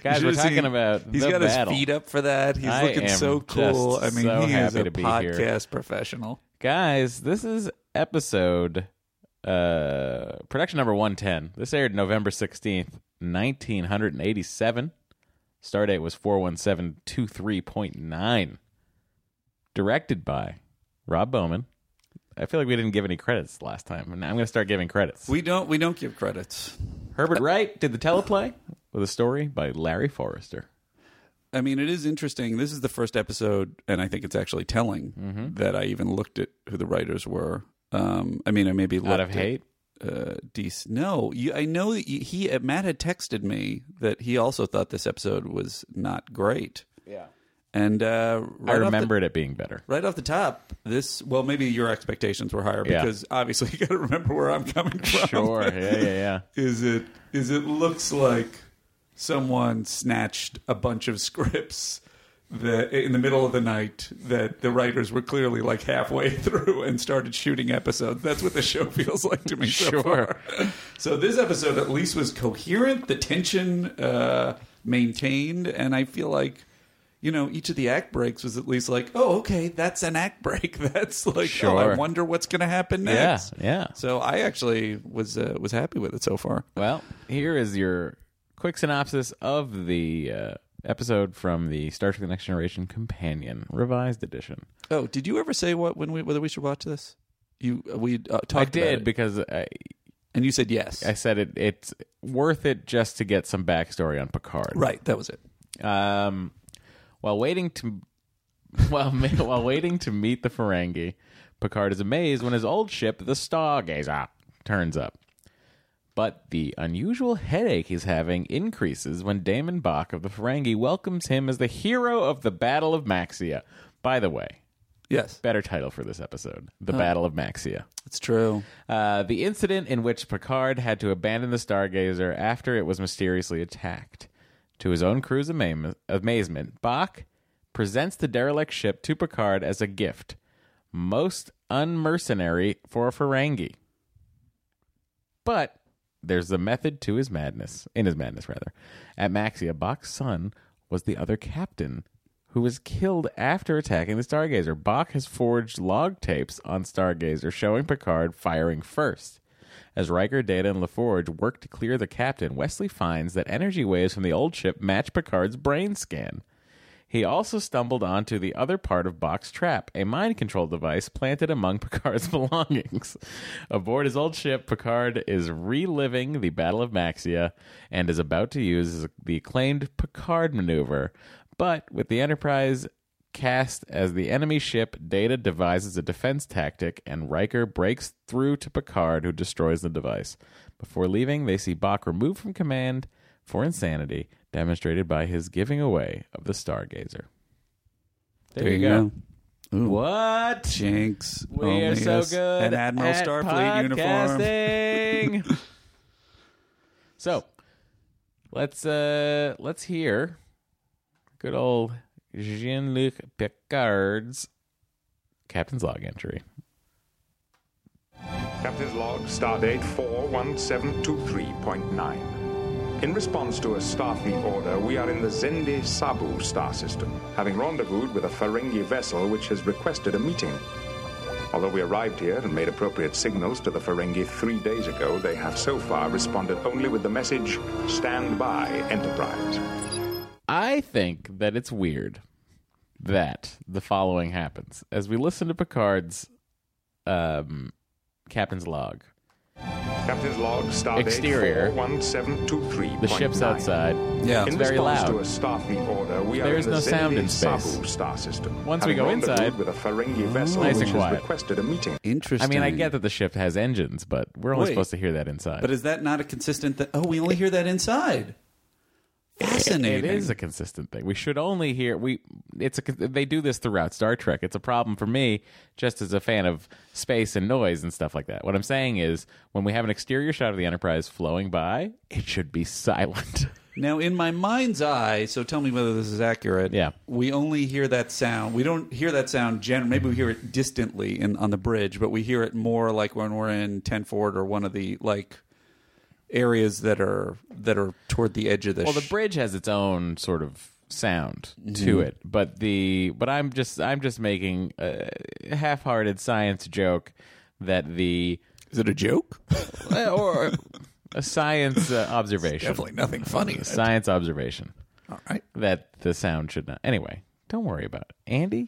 Speaker 2: Guys,
Speaker 3: You
Speaker 2: we're
Speaker 3: should've
Speaker 2: talking
Speaker 3: seen-
Speaker 2: about
Speaker 3: He's
Speaker 2: the
Speaker 3: got
Speaker 2: battle.
Speaker 3: his feet up for that. He's
Speaker 2: I
Speaker 3: looking
Speaker 2: am
Speaker 3: so cool. I
Speaker 2: just
Speaker 3: mean,
Speaker 2: so
Speaker 3: he is
Speaker 2: happy
Speaker 3: a
Speaker 2: to be here.
Speaker 3: podcast professional.
Speaker 2: Guys, this is episode uh production number 110. This aired November 16th, 1987. Stardate was 41723.9. Directed by Rob Bowman. I feel like we didn't give any credits last time, and now I'm going to start giving credits.
Speaker 3: We don't we don't give credits.
Speaker 2: Herbert Wright did the teleplay with a story by Larry Forrester.
Speaker 3: I mean, it is interesting. This is the first episode, and I think it's actually telling
Speaker 2: Mm-hmm.
Speaker 3: that I even looked at who the writers were. Um, I mean, I maybe looked
Speaker 2: Out of
Speaker 3: at,
Speaker 2: hate.
Speaker 3: Uh, dec- no, you, I know that you- he uh, Matt had texted me that he also thought this episode was not great. Yeah, and uh, right
Speaker 2: I
Speaker 3: off the-
Speaker 2: remembered it being better.
Speaker 3: Right off the top, this well, maybe your expectations were higher
Speaker 2: Yeah.
Speaker 3: because obviously you got to remember where I'm coming from.
Speaker 2: Sure. Yeah, yeah, yeah.
Speaker 3: Is it is it looks like someone snatched a bunch of scripts that in the middle of the night that the writers were clearly like halfway through and started shooting episodes. That's what the show feels like to me. So
Speaker 2: Sure.
Speaker 3: far. So this episode at least was coherent. The tension uh, maintained, and I feel like. You know, each of the act breaks was at least like, oh, okay, that's an act break. That's like, oh, I
Speaker 2: Sure.
Speaker 3: wonder what's going to happen
Speaker 2: Yeah,
Speaker 3: next.
Speaker 2: yeah.
Speaker 3: So I actually was uh, was happy with it so far.
Speaker 2: Well, here is your quick synopsis of the uh, episode from the Star Trek: The Next Generation Companion Revised Edition.
Speaker 3: Oh, did you ever say what when we whether we should watch this? You we uh, talked.
Speaker 2: I
Speaker 3: about
Speaker 2: did
Speaker 3: it,
Speaker 2: because I,
Speaker 3: and you said yes.
Speaker 2: I said it, it's worth it just to get some backstory on Picard.
Speaker 3: right, that was it.
Speaker 2: Um, while waiting to while while waiting to meet the Ferengi, Picard is amazed when his old ship, the Stargazer, turns up. But the unusual headache he's having increases when Damon Bach of the Ferengi welcomes him as the hero of the Battle of Maxia. By the way,
Speaker 3: Yes,
Speaker 2: better title for this episode: The Battle of Maxia.
Speaker 3: it's true.
Speaker 2: Uh, the incident in which Picard had to abandon the Stargazer after it was mysteriously attacked. To his own crew's ama- amazement, Bach presents the derelict ship to Picard as a gift. Most unmercenary for a Ferengi. But there's a method to his madness, in his madness, rather. At Maxia, Bach's son was the other captain who was killed after attacking the Stargazer. Bach has forged log tapes on Stargazer showing Picard firing first. As Riker, Data, and LaForge work to clear the captain, Wesley finds that energy waves from the old ship match Picard's brain scan. He also stumbled onto the other part of Bach's trap, a mind control device planted among Picard's belongings. Aboard his old ship, Picard is reliving the Battle of Maxia and is about to use the acclaimed Picard maneuver. But with the Enterprise cast as the enemy ship, Data devises a defense tactic and Riker breaks through to Picard, who destroys the device. Before leaving, they see Bach removed from command for insanity demonstrated by his giving away of the stargazer. There, you go.
Speaker 3: Ooh.
Speaker 2: What?
Speaker 3: Jinx.
Speaker 2: We
Speaker 3: Only
Speaker 2: are so
Speaker 3: us.
Speaker 2: good.
Speaker 3: An Admiral
Speaker 2: at
Speaker 3: Starfleet uniform.
Speaker 2: podcasting. so let's uh let's hear good old Jean Luc Picard's captain's log entry.
Speaker 5: Captain's log, stardate 41723.9. In response to a Starfleet order, we are in the Zende Sabu star system, having rendezvoused with a Ferengi vessel which has requested a meeting. Although we arrived here and made appropriate signals to the Ferengi three days ago, they have so far responded only with the message Stand by, Enterprise.
Speaker 2: I think that it's weird that the following happens as we listen to Picard's um captain's log.
Speaker 5: Captain's log, stardate
Speaker 2: Exterior.
Speaker 5: 41723.9.
Speaker 3: Oh
Speaker 2: The ship's outside.
Speaker 3: Yeah.
Speaker 5: in
Speaker 2: very
Speaker 5: response
Speaker 2: loud.
Speaker 5: to a Starfleet order, we
Speaker 2: There
Speaker 5: are
Speaker 2: is
Speaker 5: in the
Speaker 2: no sound
Speaker 5: Zenvi
Speaker 2: in space.
Speaker 5: Sabu star system.
Speaker 2: Once we
Speaker 5: having
Speaker 2: go
Speaker 5: rendezvoused
Speaker 2: inside- Mm-hmm.
Speaker 5: with a Ferengi vessel,
Speaker 2: Nice and
Speaker 5: which has
Speaker 2: quiet.
Speaker 5: requested a meeting.
Speaker 2: I
Speaker 3: Interesting.
Speaker 2: mean, I get that the ship has engines, but we're only
Speaker 3: Wait.
Speaker 2: supposed to hear that inside.
Speaker 3: But is that not a consistent thing? Oh, we only hear that inside. Fascinating.
Speaker 2: It is a consistent thing. We should only hear we. It's a. They do this throughout Star Trek. It's a problem for me, just as a fan of space and noise and stuff like that. What I'm saying is, when we have an exterior shot of the Enterprise flowing by, it should be silent.
Speaker 3: Now, in my mind's eye, so tell me whether this is accurate.
Speaker 2: Yeah.
Speaker 3: we only hear that sound. We don't hear that sound. Gen- maybe we hear it distantly in on the bridge, but we hear it more like when we're in Tenford or one of the like areas that are that are toward the edge of the.
Speaker 2: well, the
Speaker 3: sh-
Speaker 2: bridge has its own sort of sound to it, but the but I'm just I'm just making a half-hearted science joke that the eh,
Speaker 3: is it a joke?
Speaker 2: or a science uh, observation.
Speaker 3: nothing funny.
Speaker 2: science observation
Speaker 3: All right.
Speaker 2: that the sound should not. Anyway, don't worry about it. Andy,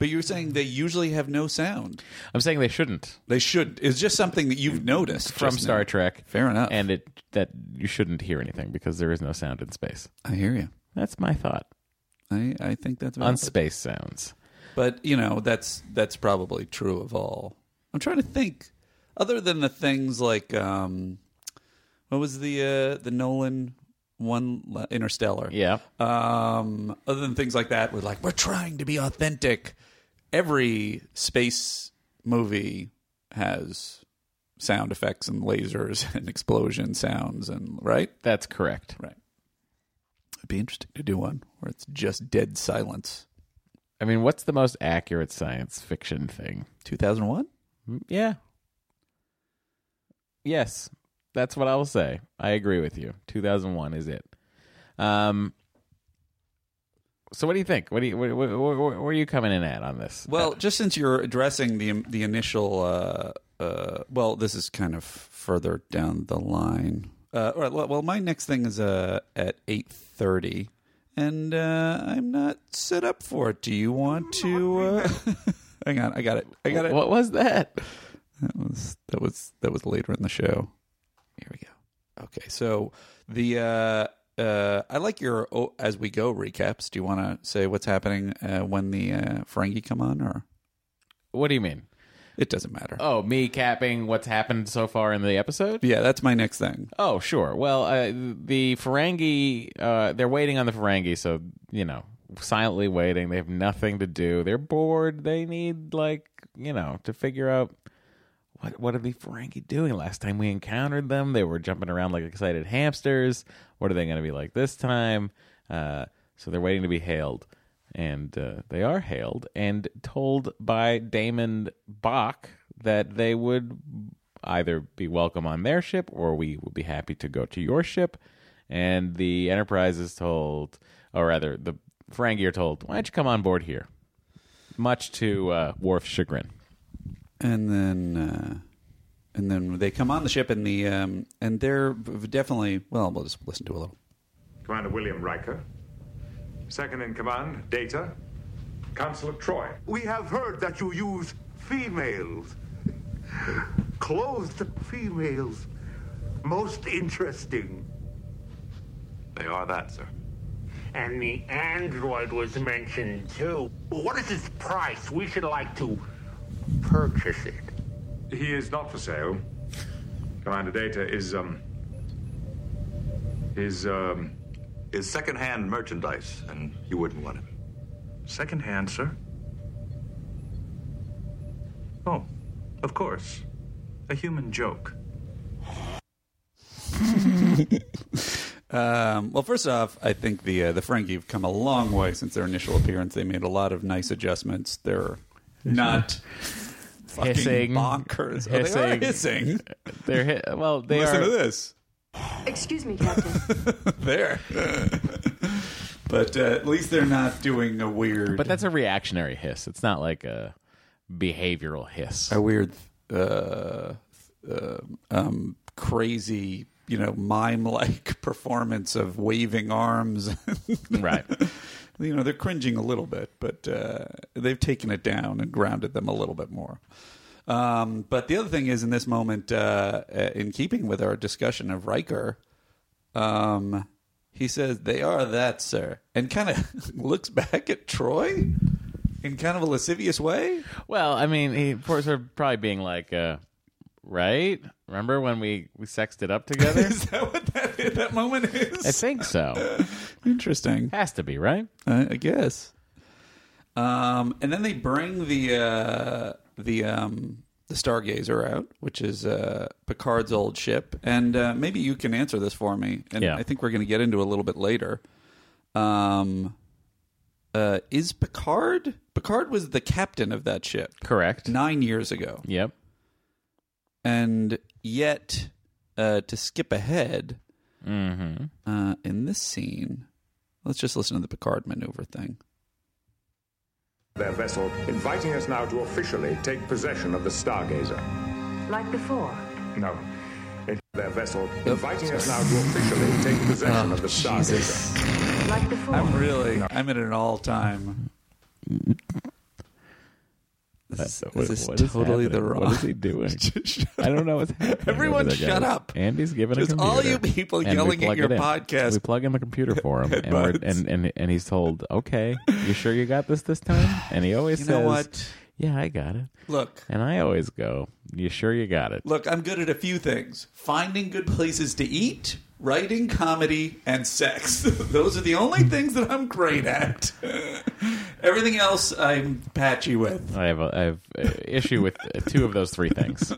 Speaker 3: But you're saying they usually have no sound.
Speaker 2: I'm saying they shouldn't
Speaker 3: They should. It's just something that you've noticed
Speaker 2: from
Speaker 3: just
Speaker 2: Star
Speaker 3: now.
Speaker 2: Trek.
Speaker 3: Fair enough.
Speaker 2: and it that you shouldn't hear anything because there is no sound in space.
Speaker 3: I hear you.
Speaker 2: That's my thought
Speaker 3: I, I think that's
Speaker 2: on
Speaker 3: valid.
Speaker 2: space sounds.
Speaker 3: But you know, that's that's probably true of all. I'm trying to think, other than the things like um, what was the uh, the Nolan one la- Interstellar?
Speaker 2: Yeah,
Speaker 3: Um, other than things like that, we're like we're trying to be authentic. Every space movie has sound effects and lasers and explosion sounds and right.
Speaker 2: that's correct.
Speaker 3: Right. It'd be interesting to do one where it's just dead silence.
Speaker 2: I mean, what's the most accurate science fiction thing?
Speaker 3: 2001?
Speaker 2: Mm, Yeah. Yes, that's what I will say. I agree with you. 2001 is it. Um. So what do you think? What do you where, where, where, where are you coming in at on this? Uh,
Speaker 3: Well, just since you're addressing the the initial, uh, uh, well, this is kind of further down the line. Uh, all right, well, well, my next thing is uh, at eight thirty, and uh, I'm not set up for it. Do you want to? Uh, hang on, I got it. I got it.
Speaker 2: What was that?
Speaker 3: That was that was that was later in the show. Here we go. Okay, so the uh, uh, I like your oh, as we go recaps. Do you want to say what's happening uh, when the uh, Ferengi come on, or
Speaker 2: What do you mean?
Speaker 3: it doesn't matter?
Speaker 2: Oh, me capping what's happened so far in the episode?
Speaker 3: Yeah, that's my next thing.
Speaker 2: Oh, sure. Well, uh, the Ferengi, uh, they're waiting on the Ferengi, so, you know, silently waiting. They have nothing to do. They're bored. They need, like, you know, to figure out what what are the Ferengi doing? Last time we encountered them, they were jumping around like excited hamsters. What are they going to be like this time? Uh, so they're waiting to be hailed, and uh, they are hailed and told by Damon Bach that they would either be welcome on their ship or we would be happy to go to your ship. And the Enterprise is told, or rather, the Ferengi are told, "Why don't you come on board here?" Much to uh, Worf's chagrin.
Speaker 3: and then uh, and then they come on the ship and the um, and they're v- definitely well we'll just listen to a little
Speaker 5: Commander William Riker. Second in command, Data. Consul of Troy.
Speaker 6: We have heard that you use females. Clothed females. Most interesting.
Speaker 7: They are that, sir.
Speaker 8: And the android was mentioned too. What is its price? We should like to purchase it.
Speaker 5: He is not for sale. Commander Data is, um, His um,
Speaker 7: Is secondhand merchandise, and you wouldn't want it.
Speaker 5: second hand, sir. Oh, of course. A human joke.
Speaker 3: Um, well, first off, I think the uh, the Frankie have come a long way since their initial appearance. They made a lot of nice adjustments. They're not fucking
Speaker 2: Hissing.
Speaker 3: bonkers. Oh, they are
Speaker 2: Hissing.
Speaker 3: hissing.
Speaker 2: They're hi- well, they
Speaker 3: Listen
Speaker 2: are.
Speaker 3: to this.
Speaker 9: Excuse me, Captain.
Speaker 3: There. but uh, at least they're not doing a weird.
Speaker 2: But that's a reactionary hiss. It's not like a behavioral hiss.
Speaker 3: a weird uh, uh, um, crazy you know mime like performance of waving arms
Speaker 2: Right.
Speaker 3: you know they're cringing a little bit but uh, they've taken it down and grounded them a little bit more um, but the other thing is in this moment uh, uh, in keeping with our discussion of Riker um, he says they are that sir and kind of looks back at Troy in kind of a lascivious way
Speaker 2: Well, I mean, he course are probably being like, uh, right? Remember when we we sexed it up together?
Speaker 3: Is that what that, that moment
Speaker 2: I
Speaker 3: is?
Speaker 2: think so.
Speaker 3: Interesting,
Speaker 2: Has to be right.
Speaker 3: I, I guess. Um, and then they bring the uh, the um, the Stargazer out, which is uh, Picard's old ship, and uh, maybe you can answer this for me. And
Speaker 2: Yeah.
Speaker 3: I think we're going to get into it a little bit later. Um, uh, is Picard? Picard was the captain of that ship
Speaker 2: Correct.
Speaker 3: nine years ago.
Speaker 2: Yep.
Speaker 3: and yet uh, to skip ahead uh, in this scene let's just listen to the picard maneuver thing
Speaker 5: Their vessel, inviting us now to officially take possession of the Stargazer.
Speaker 9: Like before.
Speaker 5: No. In- Their vessel, inviting us now to officially take possession of the Stargazer.
Speaker 9: Like before.
Speaker 3: i'm really i'm at an all-time this, is- this is totally the wrong
Speaker 2: doing?
Speaker 3: Just shut
Speaker 2: I don't know what's happening.
Speaker 3: Everyone
Speaker 2: over there,
Speaker 3: shut
Speaker 2: guys.
Speaker 3: up.
Speaker 2: Andy's giving
Speaker 3: Just
Speaker 2: a
Speaker 3: all
Speaker 2: computer,
Speaker 3: you people
Speaker 2: and we
Speaker 3: yelling at
Speaker 2: plug
Speaker 3: your
Speaker 2: it in.
Speaker 3: podcast.
Speaker 2: We plug in the computer for him, and, we're,
Speaker 3: Headbutts.
Speaker 2: and and and he's told, "Okay, you sure you got this this time?" And he always
Speaker 3: You
Speaker 2: says,
Speaker 3: know what?
Speaker 2: "Yeah, I got it."
Speaker 3: look
Speaker 2: And I always go, "You sure you got it?"
Speaker 3: look i'm good at a few things finding good places to eat writing comedy and sex those are the only things that i'm great at everything else i'm patchy with
Speaker 2: I have a, I have a issue with uh, two of those three things.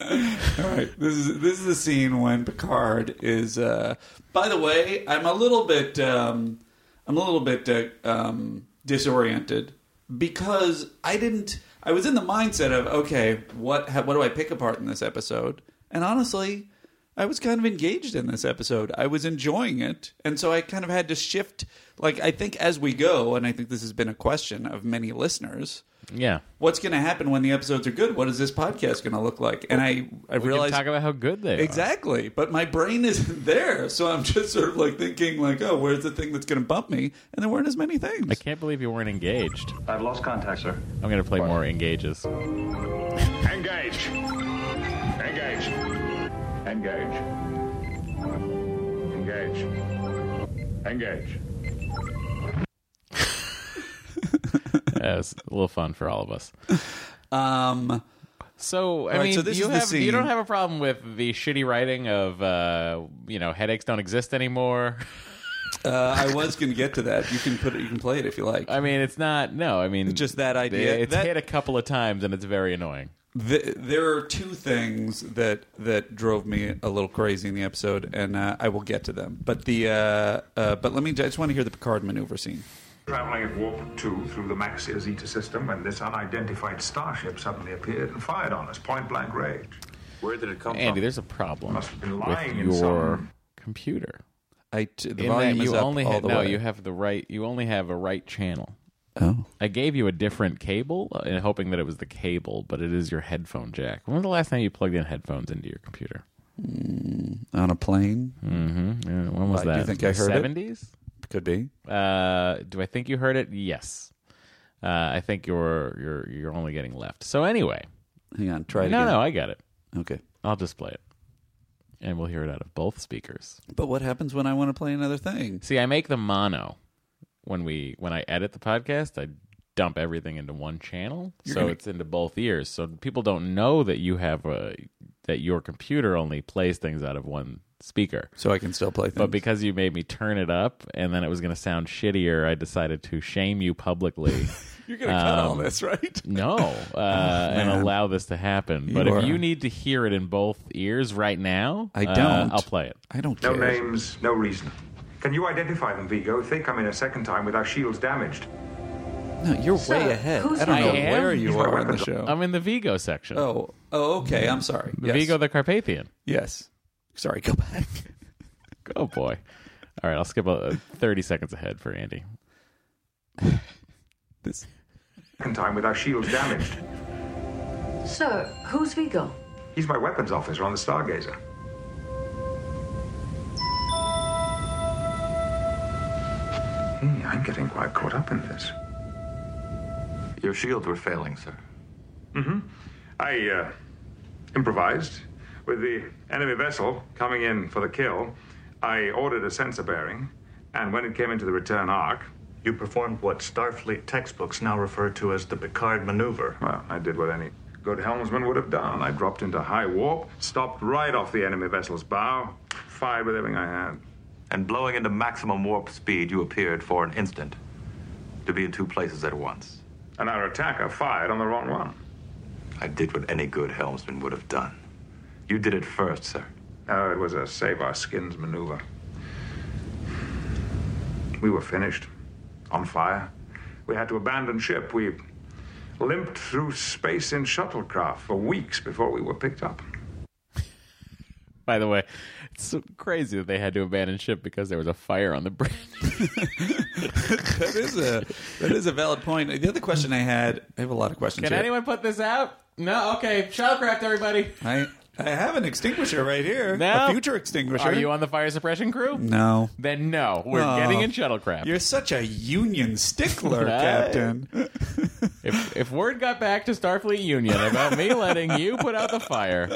Speaker 3: All right, this is this is the scene when Picard is. Uh, by the way, I'm a little bit um, I'm a little bit uh, um, disoriented because I didn't. I was in the mindset of okay, what ha- what do I pick apart in this episode? And honestly, I was kind of engaged in this episode. I was enjoying it, and so I kind of had to shift. Like I think as we go, and I think this has been a question of many listeners
Speaker 2: Yeah,
Speaker 3: what's going to happen when the episodes are good? What is this podcast going to look like? And I, I
Speaker 2: we can
Speaker 3: realized
Speaker 2: talk about how good they are.
Speaker 3: exactly, but my brain isn't there, so I'm just sort of like thinking like, oh, where's the thing that's going to bump me? And there weren't as many things.
Speaker 2: I can't believe you weren't engaged.
Speaker 10: I've lost contact, sir.
Speaker 2: I'm gonna play more engages.
Speaker 5: Engage. Engage. Engage. Engage. Engage.
Speaker 2: That was a little fun for all of us.
Speaker 3: Um,
Speaker 2: So I
Speaker 3: All right,
Speaker 2: mean,
Speaker 3: so this
Speaker 2: you
Speaker 3: is the
Speaker 2: have you
Speaker 3: scene.
Speaker 2: don't have a problem with the shitty writing of uh, you know headaches don't exist anymore.
Speaker 3: uh, I was going to get to that. You can put it. You can play it if you like.
Speaker 2: I mean, it's not no. I mean,
Speaker 3: Just that idea.
Speaker 2: It's
Speaker 3: That-
Speaker 2: hit a couple of times and it's very annoying.
Speaker 3: Th there are two things that that drove me a little crazy in the episode, and uh, I will get to them. But the uh, uh, but let me. I just want to hear the Picard maneuver scene.
Speaker 5: Traveling at warp two through the Max Zeta system when this unidentified starship suddenly appeared and fired on us point blank range.
Speaker 7: Where did it come
Speaker 2: Andy,
Speaker 7: from?
Speaker 2: there's a problem
Speaker 5: Must have been
Speaker 2: with
Speaker 5: lying in
Speaker 2: your
Speaker 5: some-
Speaker 2: computer.
Speaker 3: I t- the
Speaker 2: In that
Speaker 3: volume
Speaker 2: you
Speaker 3: is up
Speaker 2: only
Speaker 3: all
Speaker 2: ha-
Speaker 3: the
Speaker 2: no,
Speaker 3: way.
Speaker 2: you have the right. You only have a right channel.
Speaker 3: oh.
Speaker 2: I gave you a different cable, uh, and hoping that it was the cable, but it is your headphone jack. When was the last time you plugged in headphones into your computer?
Speaker 3: on a plane.
Speaker 2: Uh, When was
Speaker 3: Why, do
Speaker 2: that?
Speaker 3: you think I heard it?
Speaker 2: Seventies.
Speaker 3: Could be.
Speaker 2: Uh, do I think you heard it? Yes. Uh, I think you're you're you're only getting left. So anyway,
Speaker 3: Hang on, try it
Speaker 2: no,
Speaker 3: again.
Speaker 2: no, I got it.
Speaker 3: Okay.
Speaker 2: I'll display it, and we'll hear it out of both speakers.
Speaker 3: But what happens when I want to play another thing?
Speaker 2: See, I make the mono when we when I edit the podcast. I dump everything into one channel, so
Speaker 3: gonna-
Speaker 2: it's into both ears. So people don't know that you have a that your computer only plays things out of one speaker.
Speaker 3: so I can still play things.
Speaker 2: But because you made me turn it up and then it was going to sound shittier, I decided to shame you publicly.
Speaker 3: You're gonna cut all
Speaker 2: Um,
Speaker 3: this, right?
Speaker 2: No, uh, and allow this to happen. But
Speaker 3: Oh, are-
Speaker 2: if you need to hear it in both ears right now,
Speaker 3: I
Speaker 2: uh,
Speaker 3: don't.
Speaker 2: I'll play it.
Speaker 3: I don't
Speaker 5: No
Speaker 3: care.
Speaker 5: names, no reason. Can you identify them, Vigo? If they come in a second time with our shields damaged.
Speaker 3: No, you're
Speaker 9: Sir,
Speaker 3: way ahead.
Speaker 9: who's
Speaker 3: I don't
Speaker 2: I
Speaker 3: know
Speaker 2: am?
Speaker 3: where you are on the show.
Speaker 2: I'm in the Vigo section.
Speaker 3: oh, oh, okay. I'm sorry.
Speaker 2: the
Speaker 3: Yes.
Speaker 2: Vigo the Carpathian.
Speaker 3: Yes. Sorry. Go back.
Speaker 2: Oh boy. All right, I'll skip uh, 30 seconds ahead for Andy.
Speaker 3: This.
Speaker 5: Second time with our shields damaged.
Speaker 9: Sir, who's Vigo?
Speaker 5: He's my weapons officer on the Stargazer. Hmm, I'm getting quite caught up in this.
Speaker 7: Your shields were failing, sir.
Speaker 5: I uh, improvised. With the enemy vessel coming in for the kill, I ordered a sensor bearing, and when it came into the return arc,
Speaker 10: You performed what Starfleet textbooks now refer to as the Picard maneuver.
Speaker 5: well, I did what any good helmsman would have done. I dropped into high warp, stopped right off the enemy vessel's bow, fired with everything I had.
Speaker 7: And blowing into maximum warp speed, you appeared for an instant to be in two places at once.
Speaker 5: And our attacker fired on the wrong one.
Speaker 7: I did what any good helmsman would have done. You did it first, sir.
Speaker 5: No, Uh, it was a save our skins maneuver. We were finished, on fire. We had to abandon ship. We limped through space in shuttlecraft for weeks before we were picked up.
Speaker 2: By the way, it's so crazy that they had to abandon ship because there was a fire on the bridge.
Speaker 3: That is a that is a valid point. The other question I had. I have a lot of questions.
Speaker 2: Can
Speaker 3: here.
Speaker 2: anyone put this out? No, okay. Shuttlecraft, everybody.
Speaker 3: I I have an extinguisher right here.
Speaker 2: No.
Speaker 3: A future extinguisher.
Speaker 2: Are you on the fire suppression crew?
Speaker 3: No.
Speaker 2: Then no, we're
Speaker 3: Oh.
Speaker 2: getting in shuttlecraft.
Speaker 3: You're such a union stickler,
Speaker 2: Right.
Speaker 3: Captain.
Speaker 2: If if word got back to Starfleet Union about me letting you put out the fire,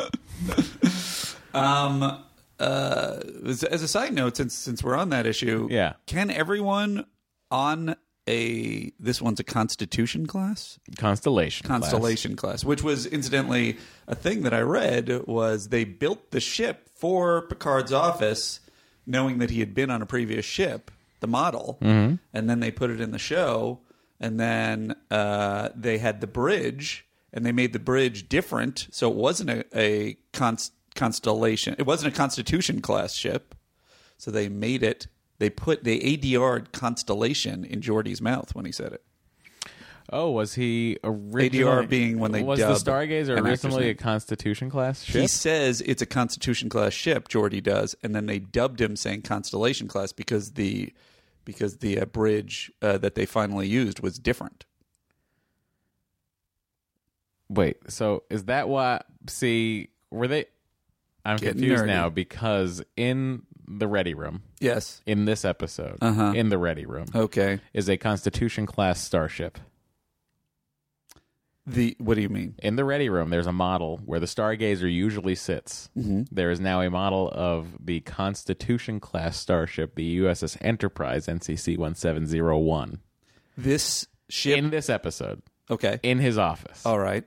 Speaker 3: Um, uh, as, as a side note, since since we're on that issue,
Speaker 2: Yeah.
Speaker 3: can everyone on a this one's a Constitution class,
Speaker 2: Constellation. class.
Speaker 3: Constellation class, which was incidentally a thing that I read was they built the ship for Picard's office, knowing that he had been on a previous ship, the model, and then they put it in the show, and then uh, they had the bridge, and they made the bridge different, so it wasn't a, a const- constellation, it wasn't a Constitution class ship, so they made it. They put they ADR'd Constellation in Geordie's mouth when he said it.
Speaker 2: Oh, was he originally
Speaker 3: ADR being when they
Speaker 2: was
Speaker 3: dub
Speaker 2: the Stargazer
Speaker 3: an actor's
Speaker 2: originally a
Speaker 3: name.
Speaker 2: Constitution class ship?
Speaker 3: He says it's a Constitution class ship. Geordi does, and then they dubbed him saying Constellation class because the because the uh, bridge uh, that they finally used was different.
Speaker 2: Wait, so is that why? See, were they? I'm
Speaker 3: Getting
Speaker 2: confused
Speaker 3: nerdy.
Speaker 2: now because in the Ready Room,
Speaker 3: Yes.
Speaker 2: in this episode,
Speaker 3: Uh-huh.
Speaker 2: in the Ready Room,
Speaker 3: Okay.
Speaker 2: is a Constitution class starship.
Speaker 3: The what do you mean?
Speaker 2: In the Ready Room, there's a model where the Stargazer usually sits.
Speaker 3: Mm-hmm.
Speaker 2: There is now a model of the Constitution class starship, the USS Enterprise, NCC 1701,
Speaker 3: This ship.
Speaker 2: in this episode,
Speaker 3: okay.
Speaker 2: in his office.
Speaker 3: All right.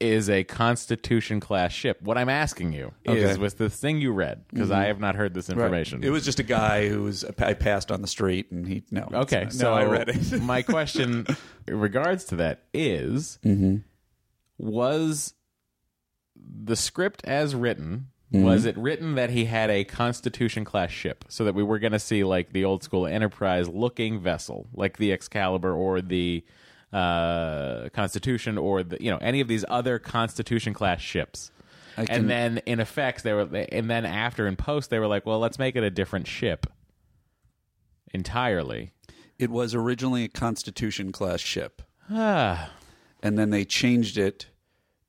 Speaker 2: is a Constitution class ship. What I'm asking you
Speaker 3: Okay.
Speaker 2: is with the thing you read, because I have not heard this information.
Speaker 3: It was just a guy who was I passed on the street and he no. it's
Speaker 2: okay,
Speaker 3: not-
Speaker 2: so
Speaker 3: no, I read it.
Speaker 2: my question in regards to that is,
Speaker 3: Mm-hmm.
Speaker 2: was the script as written?
Speaker 3: Mm-hmm.
Speaker 2: Was it written that he had a Constitution class ship, so that we were going to see like the old school Enterprise looking vessel, like the Excalibur or the uh, Constitution or the you know any of these other Constitution class ships?
Speaker 3: I can-
Speaker 2: and then in effects they were and then after in post they were like well let's make it a different ship entirely
Speaker 3: it was originally a Constitution class ship,
Speaker 2: ah
Speaker 3: and then they changed it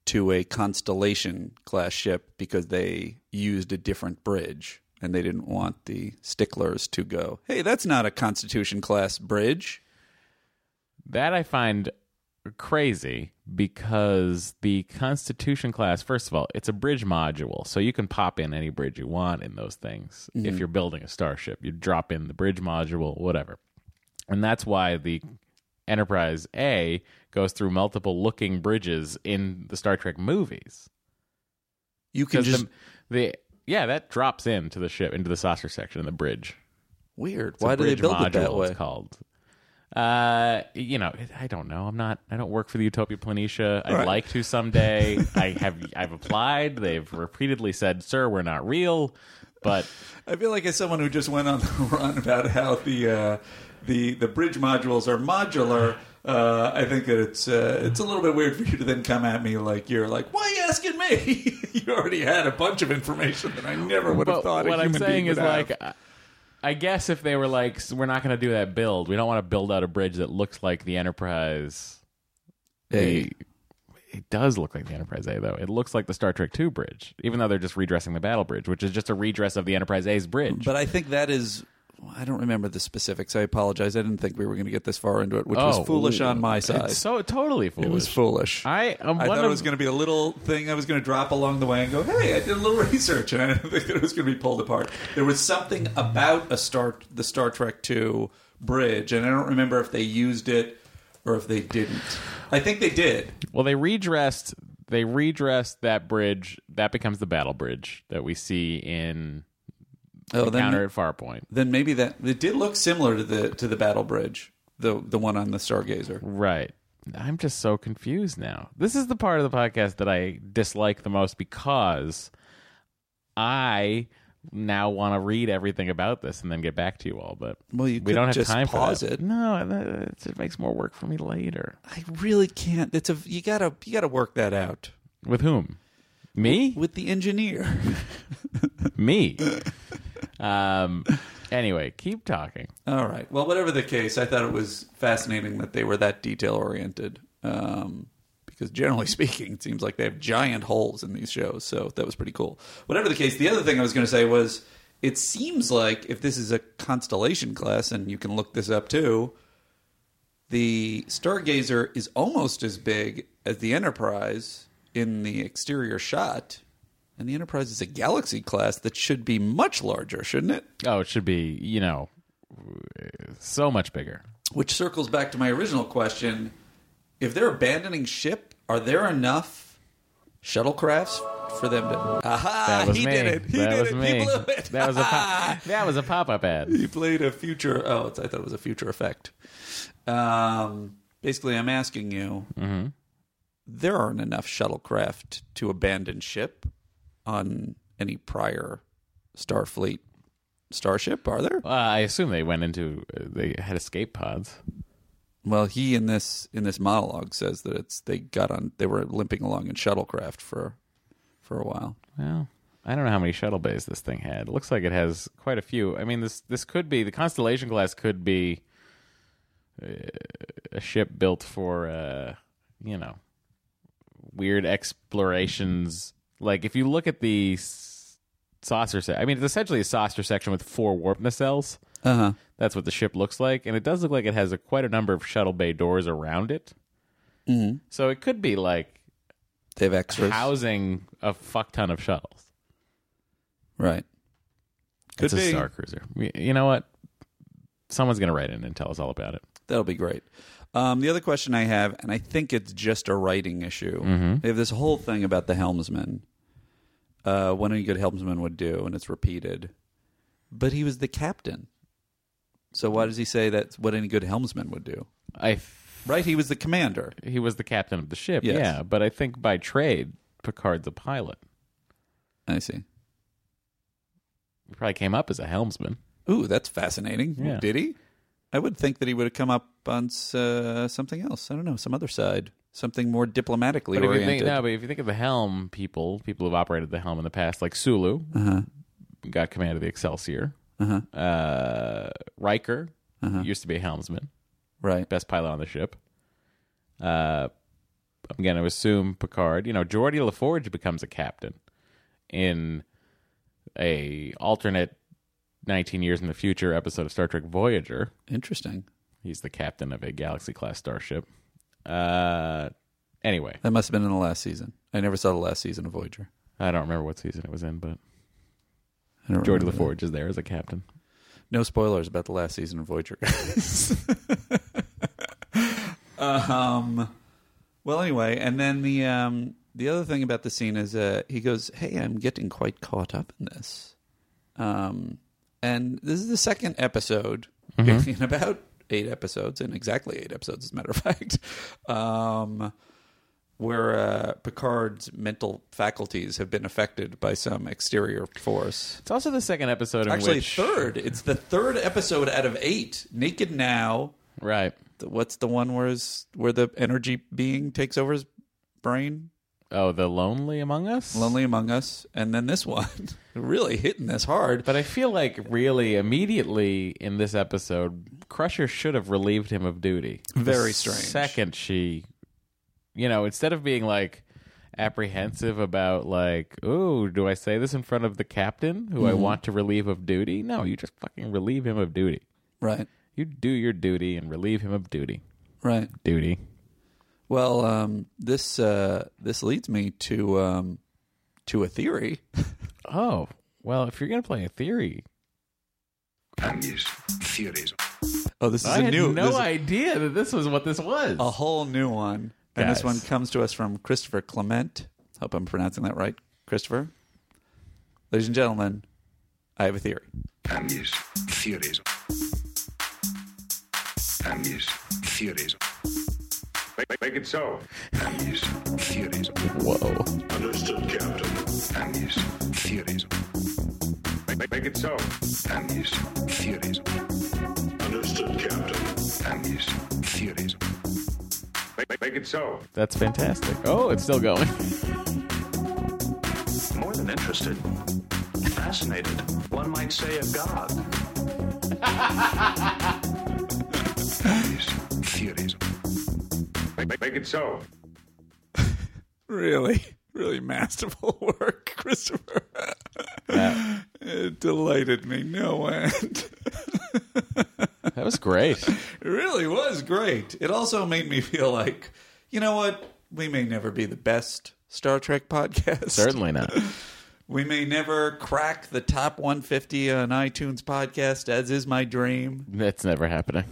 Speaker 3: to a Constellation class ship because they used a different bridge and they didn't want the sticklers to go, hey, that's not a Constitution class bridge.
Speaker 2: that i find crazy because the constitution class first of all it's a bridge module so you can pop in any bridge you want in those things
Speaker 3: Mm-hmm.
Speaker 2: if you're building a starship you drop in the bridge module whatever and that's why the enterprise a goes through multiple looking bridges in the star trek movies
Speaker 3: You can
Speaker 2: because
Speaker 3: just
Speaker 2: the, the Yeah, that drops into the ship, into the saucer section of the bridge.
Speaker 11: Weird.
Speaker 2: It's a
Speaker 11: Why do they
Speaker 2: bridge
Speaker 11: build
Speaker 2: module,
Speaker 11: it that way?
Speaker 2: It's called. Uh, you know, it- I don't know. I'm not. I don't work for the Utopia Planitia. I'd like to someday. I have. I've applied. They've repeatedly said, "Sir, we're not real." But
Speaker 3: I feel like as someone who just went on the run about how the uh, the the bridge modules are modular, uh, I think that it's uh, it's a little bit weird for you to then come at me like you're like, why are you asking me? you already had a bunch of information that I never would have
Speaker 2: but
Speaker 3: thought. a
Speaker 2: what I'm
Speaker 3: human
Speaker 2: saying
Speaker 3: being
Speaker 2: is
Speaker 3: would have.
Speaker 2: like, I- I guess if they were like, "S- "We're not going to do that build. We don't want to build out a bridge that looks like the Enterprise."
Speaker 11: Hey.
Speaker 2: The- it does look like the Enterprise A, though. It looks like the Star Trek Two bridge, even though they're just redressing the Battle Bridge, which is just a redress of the Enterprise A's bridge.
Speaker 11: But I think that is. I don't remember the specifics. I apologize. I didn't think we were going to get this far into it, which
Speaker 2: Oh,
Speaker 11: was foolish on my side.
Speaker 2: It's so totally foolish.
Speaker 11: it was foolish.
Speaker 2: I am one
Speaker 3: I thought
Speaker 2: of
Speaker 3: it was going to be a little thing I was going to drop along the way and go, "Hey, I did a little research," and I didn't think that it was going to be pulled apart. There was something about a Star, the Star Trek Two bridge, and I don't remember if they used it or if they didn't. I think they did.
Speaker 2: well, they redressed they redressed that bridge. That becomes the battle bridge that we see in
Speaker 11: Oh,
Speaker 2: the counter
Speaker 11: then,
Speaker 2: at Farpoint.
Speaker 11: then maybe that it did look similar to the to the battle bridge, the the one on the Stargazer.
Speaker 2: Right. I'm just so confused now. This is the part of the podcast that I dislike the most because I now want to read everything about this and then get back to you all. But
Speaker 11: Well, you
Speaker 2: we
Speaker 11: could
Speaker 2: don't have
Speaker 11: just
Speaker 2: time
Speaker 11: pause
Speaker 2: for that.
Speaker 11: it.
Speaker 2: No, that- it makes more work for me later.
Speaker 11: I really can't. It's a you gotta you gotta work that out
Speaker 2: With whom? Me?
Speaker 11: with the engineer.
Speaker 2: me. Um. Anyway, keep talking.
Speaker 3: All right. Well, whatever the case, I thought it was fascinating that they were that detail oriented. Um, because generally speaking, it seems like they have giant holes in these shows. So that was pretty cool. Whatever the case, the other thing I was going to say was it seems like if this is a constellation class, and you can look this up too, the Stargazer is almost as big as the Enterprise in the exterior shot. And the Enterprise is a galaxy class that should be much larger, shouldn't it?
Speaker 2: Oh, it should be you know so much bigger.
Speaker 3: which circles back to my original question if they're abandoning ship are there enough shuttlecrafts for them to aha
Speaker 2: That was
Speaker 3: Ah, he
Speaker 2: me.
Speaker 3: did it he
Speaker 2: that
Speaker 3: did
Speaker 2: was
Speaker 3: it
Speaker 2: me.
Speaker 3: he blew it
Speaker 2: That was a pop, that was a pop up ad.
Speaker 3: he played a future oh it's, i thought it was a future effect um basically i'm asking you
Speaker 2: Mm-hmm.
Speaker 3: there aren't enough shuttlecraft to abandon ship on any prior starfleet starship are there
Speaker 2: Uh, I assume they went into uh, they had escape pods.
Speaker 3: Well, he in this in this monologue says that it's they got on they were limping along in shuttlecraft for for a while.
Speaker 2: Well, I don't know how many shuttle bays this thing had. It looks like it has quite a few. I mean, this this could be the Constellation class could be uh, a ship built for uh, you know weird explorations. Like if you look at the s- saucer set, I mean, it's essentially a saucer section with four warp nacelles.
Speaker 11: Uh huh.
Speaker 2: That's what the ship looks like, and it does look like it has a, quite a number of shuttle bay doors around it.
Speaker 11: Mhm.
Speaker 2: So it could be like
Speaker 11: They have extras.
Speaker 2: housing a fuck ton of shuttles.
Speaker 11: Right.
Speaker 2: it's a Star Cruiser. We- You know what? Someone's going to write in and tell us all about it.
Speaker 11: That'll be great. Um, the other question I have, and I think it's just a writing issue. They have this whole thing about the helmsman, uh, what any good helmsman would do, and it's repeated. But he was the captain, so why does he say that's what any good helmsman would do?
Speaker 2: I f-
Speaker 11: Right? He was the commander.
Speaker 2: he was the captain of the ship.
Speaker 11: Yes.
Speaker 2: Yeah, but I think by trade, Picard's a pilot.
Speaker 11: I see.
Speaker 2: He probably came up as a helmsman.
Speaker 11: Ooh, that's fascinating.
Speaker 2: Yeah.
Speaker 11: Did he? I would think that he would have come up on uh, something else. I don't know, some other side, something more diplomatically
Speaker 2: But if you
Speaker 11: oriented.
Speaker 2: think no, but if you think of the helm people, people who've operated the helm in the past, like Sulu,
Speaker 11: Uh-huh.
Speaker 2: got command of the Excelsior.
Speaker 11: Uh-huh.
Speaker 2: Uh, Riker used to be a helmsman,
Speaker 11: Right.
Speaker 2: best pilot on the ship. Uh, I'm going to assume Picard. You know, Geordi LaForge becomes a captain in a alternate 19 years in the future episode of Star Trek Voyager.
Speaker 11: Interesting.
Speaker 2: He's the captain of a galaxy class starship. Uh, anyway,
Speaker 11: That must have been in the last season. I never saw the last season of Voyager.
Speaker 2: I don't remember what season it was in, but
Speaker 11: I don't
Speaker 2: Geordi
Speaker 11: remember that.
Speaker 2: LaForge is there as a captain.
Speaker 11: No spoilers about the last season of Voyager, guys. um, well, anyway, and then the um,
Speaker 3: the other thing about the scene is uh, he goes, "Hey, I'm getting quite caught up in this," um, and this is the second episode
Speaker 11: Mm-hmm.
Speaker 3: in about eight episodes, in exactly eight episodes, as a matter of fact, um, where uh, Picard's mental faculties have been affected by some exterior force.
Speaker 2: It's also the second episode in
Speaker 3: Actually,
Speaker 2: which
Speaker 3: third. It's the third episode out of eight. Naked now
Speaker 2: right.
Speaker 3: the- what's the one where his, where the energy being takes over his brain?
Speaker 2: Oh, the lonely among us.
Speaker 3: Lonely Among Us, and then this one, really hitting this hard.
Speaker 2: But I feel like really immediately in this episode, Crusher should have relieved him of duty.
Speaker 3: Very
Speaker 2: The
Speaker 3: strange.
Speaker 2: Second, she, you know, instead of being like apprehensive about like, oh, do I say this in front of the captain who
Speaker 3: Mm-hmm.
Speaker 2: I want to relieve of duty? No, you just fucking relieve him of duty.
Speaker 3: Right,
Speaker 2: You do your duty and relieve him of duty.
Speaker 3: right.
Speaker 2: Duty.
Speaker 3: Well, um, this uh, this leads me to um, to a theory.
Speaker 2: Oh, well, if you're gonna play a theory,
Speaker 3: Oh, this is
Speaker 2: I
Speaker 3: a
Speaker 2: had
Speaker 3: new,
Speaker 2: no
Speaker 3: this is Oh.
Speaker 2: idea that this was what this was.
Speaker 3: a whole new one, and this
Speaker 2: Guys.
Speaker 3: one comes to us from Christopher Clement. Hope I'm pronouncing that right, Christopher. Ladies and gentlemen, I have a theory.
Speaker 5: Make, make it so.
Speaker 2: Whoa.
Speaker 10: Understood, Captain.
Speaker 5: Make, make, make it so.
Speaker 10: Understood, Captain.
Speaker 5: Make, make, make it so.
Speaker 2: That's fantastic. Oh, it's still going.
Speaker 10: More than interested. Fascinated. One might say a god.
Speaker 5: Make, make, make it so.
Speaker 3: really, really masterful work, Christopher. it delighted me no end.
Speaker 2: That was great.
Speaker 3: It really was great. It also made me feel like, you know what? We may never be the best Star Trek podcast.
Speaker 2: Certainly not.
Speaker 3: We may never crack the top 150 on iTunes podcast, as is my dream.
Speaker 2: That's never happening.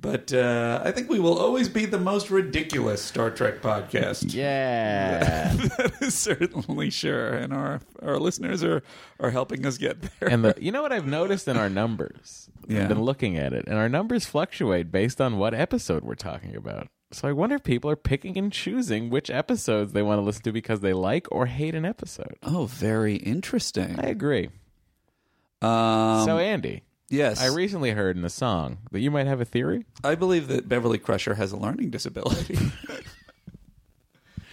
Speaker 3: But uh, I think we will always be the most ridiculous Star Trek podcast.
Speaker 2: Yeah.
Speaker 3: That is certainly sure. And our, our listeners are, are helping us get there.
Speaker 2: and the you know what I've noticed in our numbers?
Speaker 3: Yeah.
Speaker 2: I've been looking at it, and our numbers fluctuate based on what episode we're talking about. So I wonder if people are picking and choosing which episodes they want to listen to because they like or hate an episode.
Speaker 3: Oh, very interesting.
Speaker 2: I agree.
Speaker 3: Um,
Speaker 2: so Andy,
Speaker 3: yes,
Speaker 2: I recently heard in a song that you might have a theory.
Speaker 3: I believe that Beverly Crusher has a learning disability.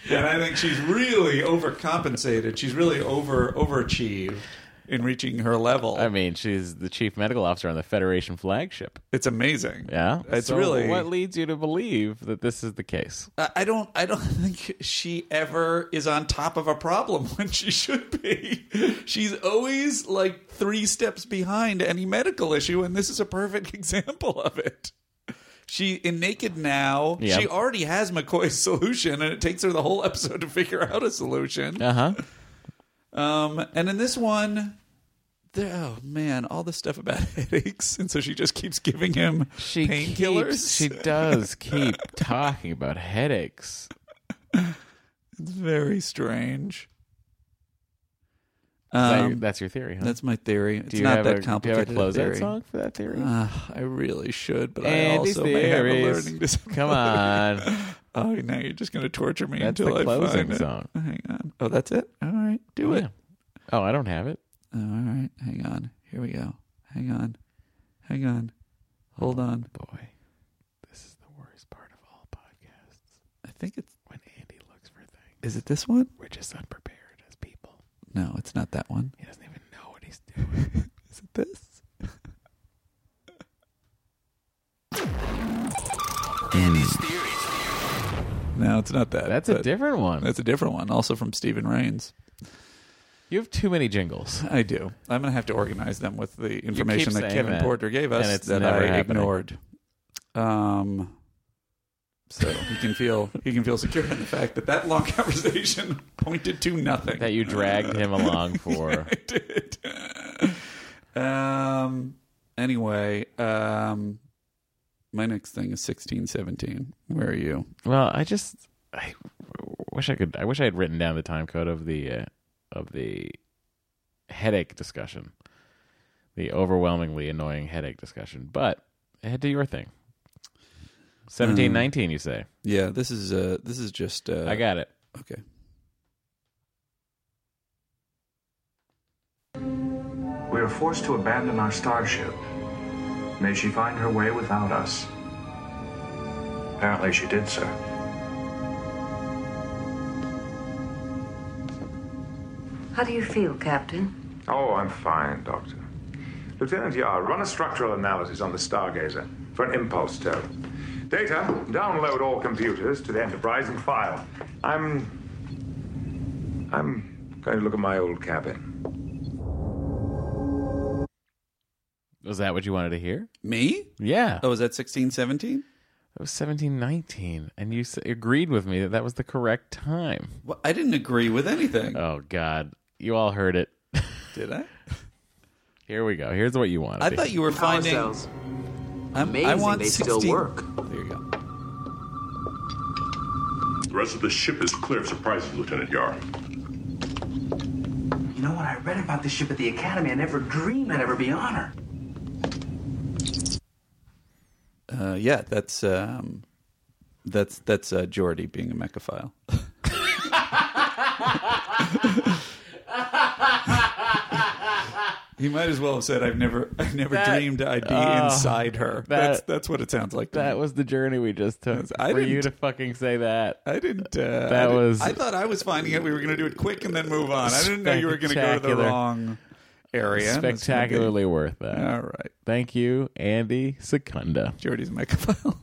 Speaker 3: and I think she's really overcompensated. She's really over overachieved in reaching her level.
Speaker 2: I mean, she's the chief medical officer on the Federation flagship.
Speaker 3: it's amazing.
Speaker 2: Yeah,
Speaker 3: It's
Speaker 2: So
Speaker 3: really
Speaker 2: what leads you to believe that this is the case.
Speaker 3: I I don't I don't think she ever is on top of a problem when she should be. She's always like 3 steps behind any medical issue and this is a perfect example of it. She in Naked Now,
Speaker 2: Yeah.
Speaker 3: she already has McCoy's solution and it takes her the whole episode to figure out a solution.
Speaker 2: Uh huh.
Speaker 3: Um and in this one there, oh man, all this stuff about headaches, and so she just keeps giving him
Speaker 2: She keeps,
Speaker 3: painkillers.
Speaker 2: she does keep talking about headaches.
Speaker 3: It's very strange.
Speaker 2: Is that
Speaker 3: Um,
Speaker 2: your- that's your theory, huh?
Speaker 3: That's my theory. It's
Speaker 2: do you
Speaker 3: not
Speaker 2: have
Speaker 3: that
Speaker 2: a,
Speaker 3: complicated.
Speaker 2: Do you have a closeout
Speaker 3: a theory.
Speaker 2: song for that theory?
Speaker 3: Ah, I really should, but I
Speaker 2: Andy's
Speaker 3: also may have a
Speaker 2: theories.
Speaker 3: learning disability.
Speaker 2: Come on,
Speaker 3: Oh, now you're just going to torture me
Speaker 2: that's
Speaker 3: until
Speaker 2: the
Speaker 3: I
Speaker 2: closing
Speaker 3: find it.
Speaker 2: song.
Speaker 3: Hang on. Oh, that's it. All right, do it.
Speaker 2: Yeah. Oh, I don't have it.
Speaker 3: Oh, all right, hang on. Here we go. Hang on. Hang on. Hold on.
Speaker 2: Boy, this is the worst part of all podcasts.
Speaker 3: I think it's.
Speaker 2: When Andy looks for things,
Speaker 3: Is it this one?
Speaker 2: we're just unprepared as people.
Speaker 3: No, it's not that one.
Speaker 2: He doesn't even know what he's doing.
Speaker 3: Is it this? No, it's not that.
Speaker 2: That's a
Speaker 3: but
Speaker 2: different one.
Speaker 3: That's a different one, also from Stephen Rains.
Speaker 2: You have too many jingles.
Speaker 3: I do. I'm going to have to organize them with the information that
Speaker 2: saying
Speaker 3: Kevin
Speaker 2: that,
Speaker 3: Porter gave us
Speaker 2: and it's
Speaker 3: that
Speaker 2: never
Speaker 3: I
Speaker 2: happening.
Speaker 3: ignored. Um, so he can feel he can feel secure in the fact that that long conversation pointed to nothing.
Speaker 2: That you dragged him along for.
Speaker 3: I did. Um. Anyway, um, my next thing is sixteen seventeen. Where are you?
Speaker 2: Well, I just I wish I could. I wish I had written down the time code of the uh, of the headache discussion, the overwhelmingly annoying headache discussion. But head to your thing. Seventeen
Speaker 3: Mm.
Speaker 2: nineteen, you say?
Speaker 3: Yeah, this is uh, this is just. Uh,
Speaker 2: I got it.
Speaker 3: okay.
Speaker 10: We are forced to abandon our starship. May she find her way without us. Apparently, she did, sir.
Speaker 9: How do you feel, Captain?
Speaker 5: Oh, I'm fine, Doctor. Lieutenant Yar, run a structural analysis on the Stargazer for an impulse tow. Data, download all computers to the Enterprise and file. I'm. I'm going to look at my old cabin.
Speaker 2: Was that what you wanted to hear?
Speaker 3: Me?
Speaker 2: Yeah.
Speaker 3: Oh, is that sixteen seventeen?
Speaker 2: It was seventeen nineteen, and you s- agreed with me that that was the correct time.
Speaker 3: Well, I didn't agree with anything.
Speaker 2: Oh God, you all heard it.
Speaker 3: Did I?
Speaker 2: Here we go. Here's what you wanted.
Speaker 3: I
Speaker 2: to
Speaker 3: thought
Speaker 2: hear.
Speaker 3: you were
Speaker 12: Power
Speaker 3: finding.
Speaker 12: cells.
Speaker 3: I'm-
Speaker 12: Amazing,
Speaker 3: I want
Speaker 12: they
Speaker 3: 16.
Speaker 12: still work.
Speaker 3: There you go.
Speaker 13: The rest of the ship is clear of surprises, Lieutenant Yar.
Speaker 12: You know what? I read about this ship at the academy. I never dreamed I'd ever be on her.
Speaker 3: Uh, yeah, that's um, that's that's uh, Geordie being a mechaphile. he might as well have said, "I've never, I never dreamed I'd be inside her." that's that's what it sounds like. to me.
Speaker 2: oh, That was the journey we just took
Speaker 3: I
Speaker 2: for you to
Speaker 3: didn't-
Speaker 2: fucking say that.
Speaker 3: I didn't. Uh,
Speaker 2: That
Speaker 3: I didn't-
Speaker 2: was-
Speaker 3: I thought I was finding it. We were going to do it quick and then move on. I didn't know you were going to go to the
Speaker 2: Spectacular.
Speaker 3: wrong area. It's gonna be-
Speaker 2: Spectacularly worth that.
Speaker 3: All right,
Speaker 2: Thank you, Andy Secunda.
Speaker 3: Geordie's mechaphile.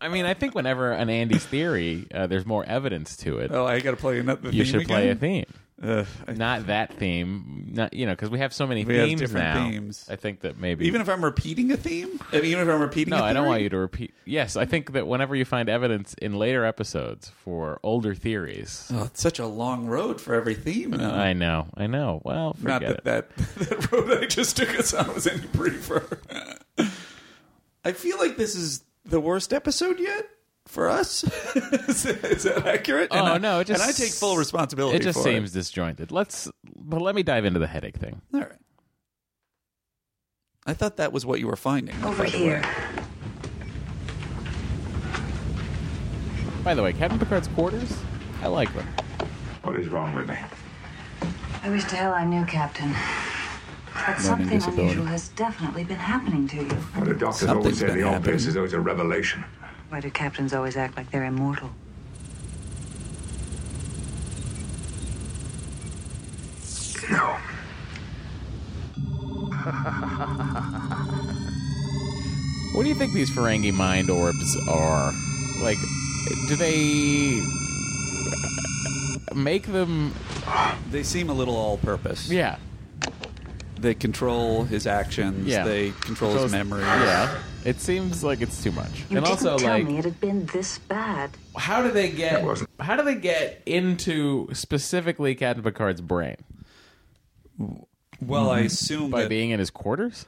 Speaker 2: I mean, I think whenever an Andy's theory, uh, there's more evidence to it.
Speaker 3: Oh, I got to play another.
Speaker 2: you
Speaker 3: theme
Speaker 2: should play a
Speaker 3: again?
Speaker 2: theme,
Speaker 3: Ugh, I
Speaker 2: not that theme. Not you know, because we have so many
Speaker 3: We have
Speaker 2: themes
Speaker 3: different
Speaker 2: now.
Speaker 3: themes.
Speaker 2: I think that maybe
Speaker 3: Even if I'm repeating a theme, I mean, even if I'm repeating.
Speaker 2: no,
Speaker 3: I
Speaker 2: I don't want you to repeat. Yes, I think that whenever you find evidence in later episodes for older theories,
Speaker 3: Oh, it's such a long road for every theme. though.
Speaker 2: I know, I know. Well,
Speaker 3: Uh-huh. Not
Speaker 2: forget
Speaker 3: that,
Speaker 2: it.
Speaker 3: that that road I just took us on was any briefer. I feel like this is the worst episode yet for us. is, that- is that accurate?
Speaker 2: Oh
Speaker 3: and I,
Speaker 2: no! It just
Speaker 3: and I take full responsibility.
Speaker 2: It just
Speaker 3: for
Speaker 2: seems disjointed. Let's, but let me dive into the headache thing.
Speaker 3: All right. I thought that was what you were finding.
Speaker 9: Over
Speaker 3: by the
Speaker 9: here.
Speaker 3: way.
Speaker 2: By the way, Captain Picard's quarters, I like them.
Speaker 5: What is wrong with me?
Speaker 9: I wish to hell I knew, Captain. But something unusual has definitely been happening to you.
Speaker 5: Well, the doctors
Speaker 3: Something's
Speaker 5: always say
Speaker 3: been
Speaker 5: the obvious
Speaker 3: happening.
Speaker 5: is always a revelation.
Speaker 9: Why do captains always act like they're immortal?
Speaker 5: No.
Speaker 2: What do you think these Ferengi mind orbs are? Like, do they make them?
Speaker 3: They seem a little all-purpose.
Speaker 2: Yeah,
Speaker 3: They control his actions.
Speaker 2: Yeah.
Speaker 3: They control
Speaker 2: Controls-
Speaker 3: his memory.
Speaker 2: yeah. It seems like it's too much.
Speaker 9: You
Speaker 2: and
Speaker 9: didn't
Speaker 2: also,
Speaker 9: tell
Speaker 2: like,
Speaker 9: me it had been this bad.
Speaker 2: how do they get?
Speaker 5: wasn't-
Speaker 2: How do they get into specifically Captain Picard's brain
Speaker 3: Well, I assume
Speaker 2: Mm-hmm. by
Speaker 3: that
Speaker 2: being in his quarters?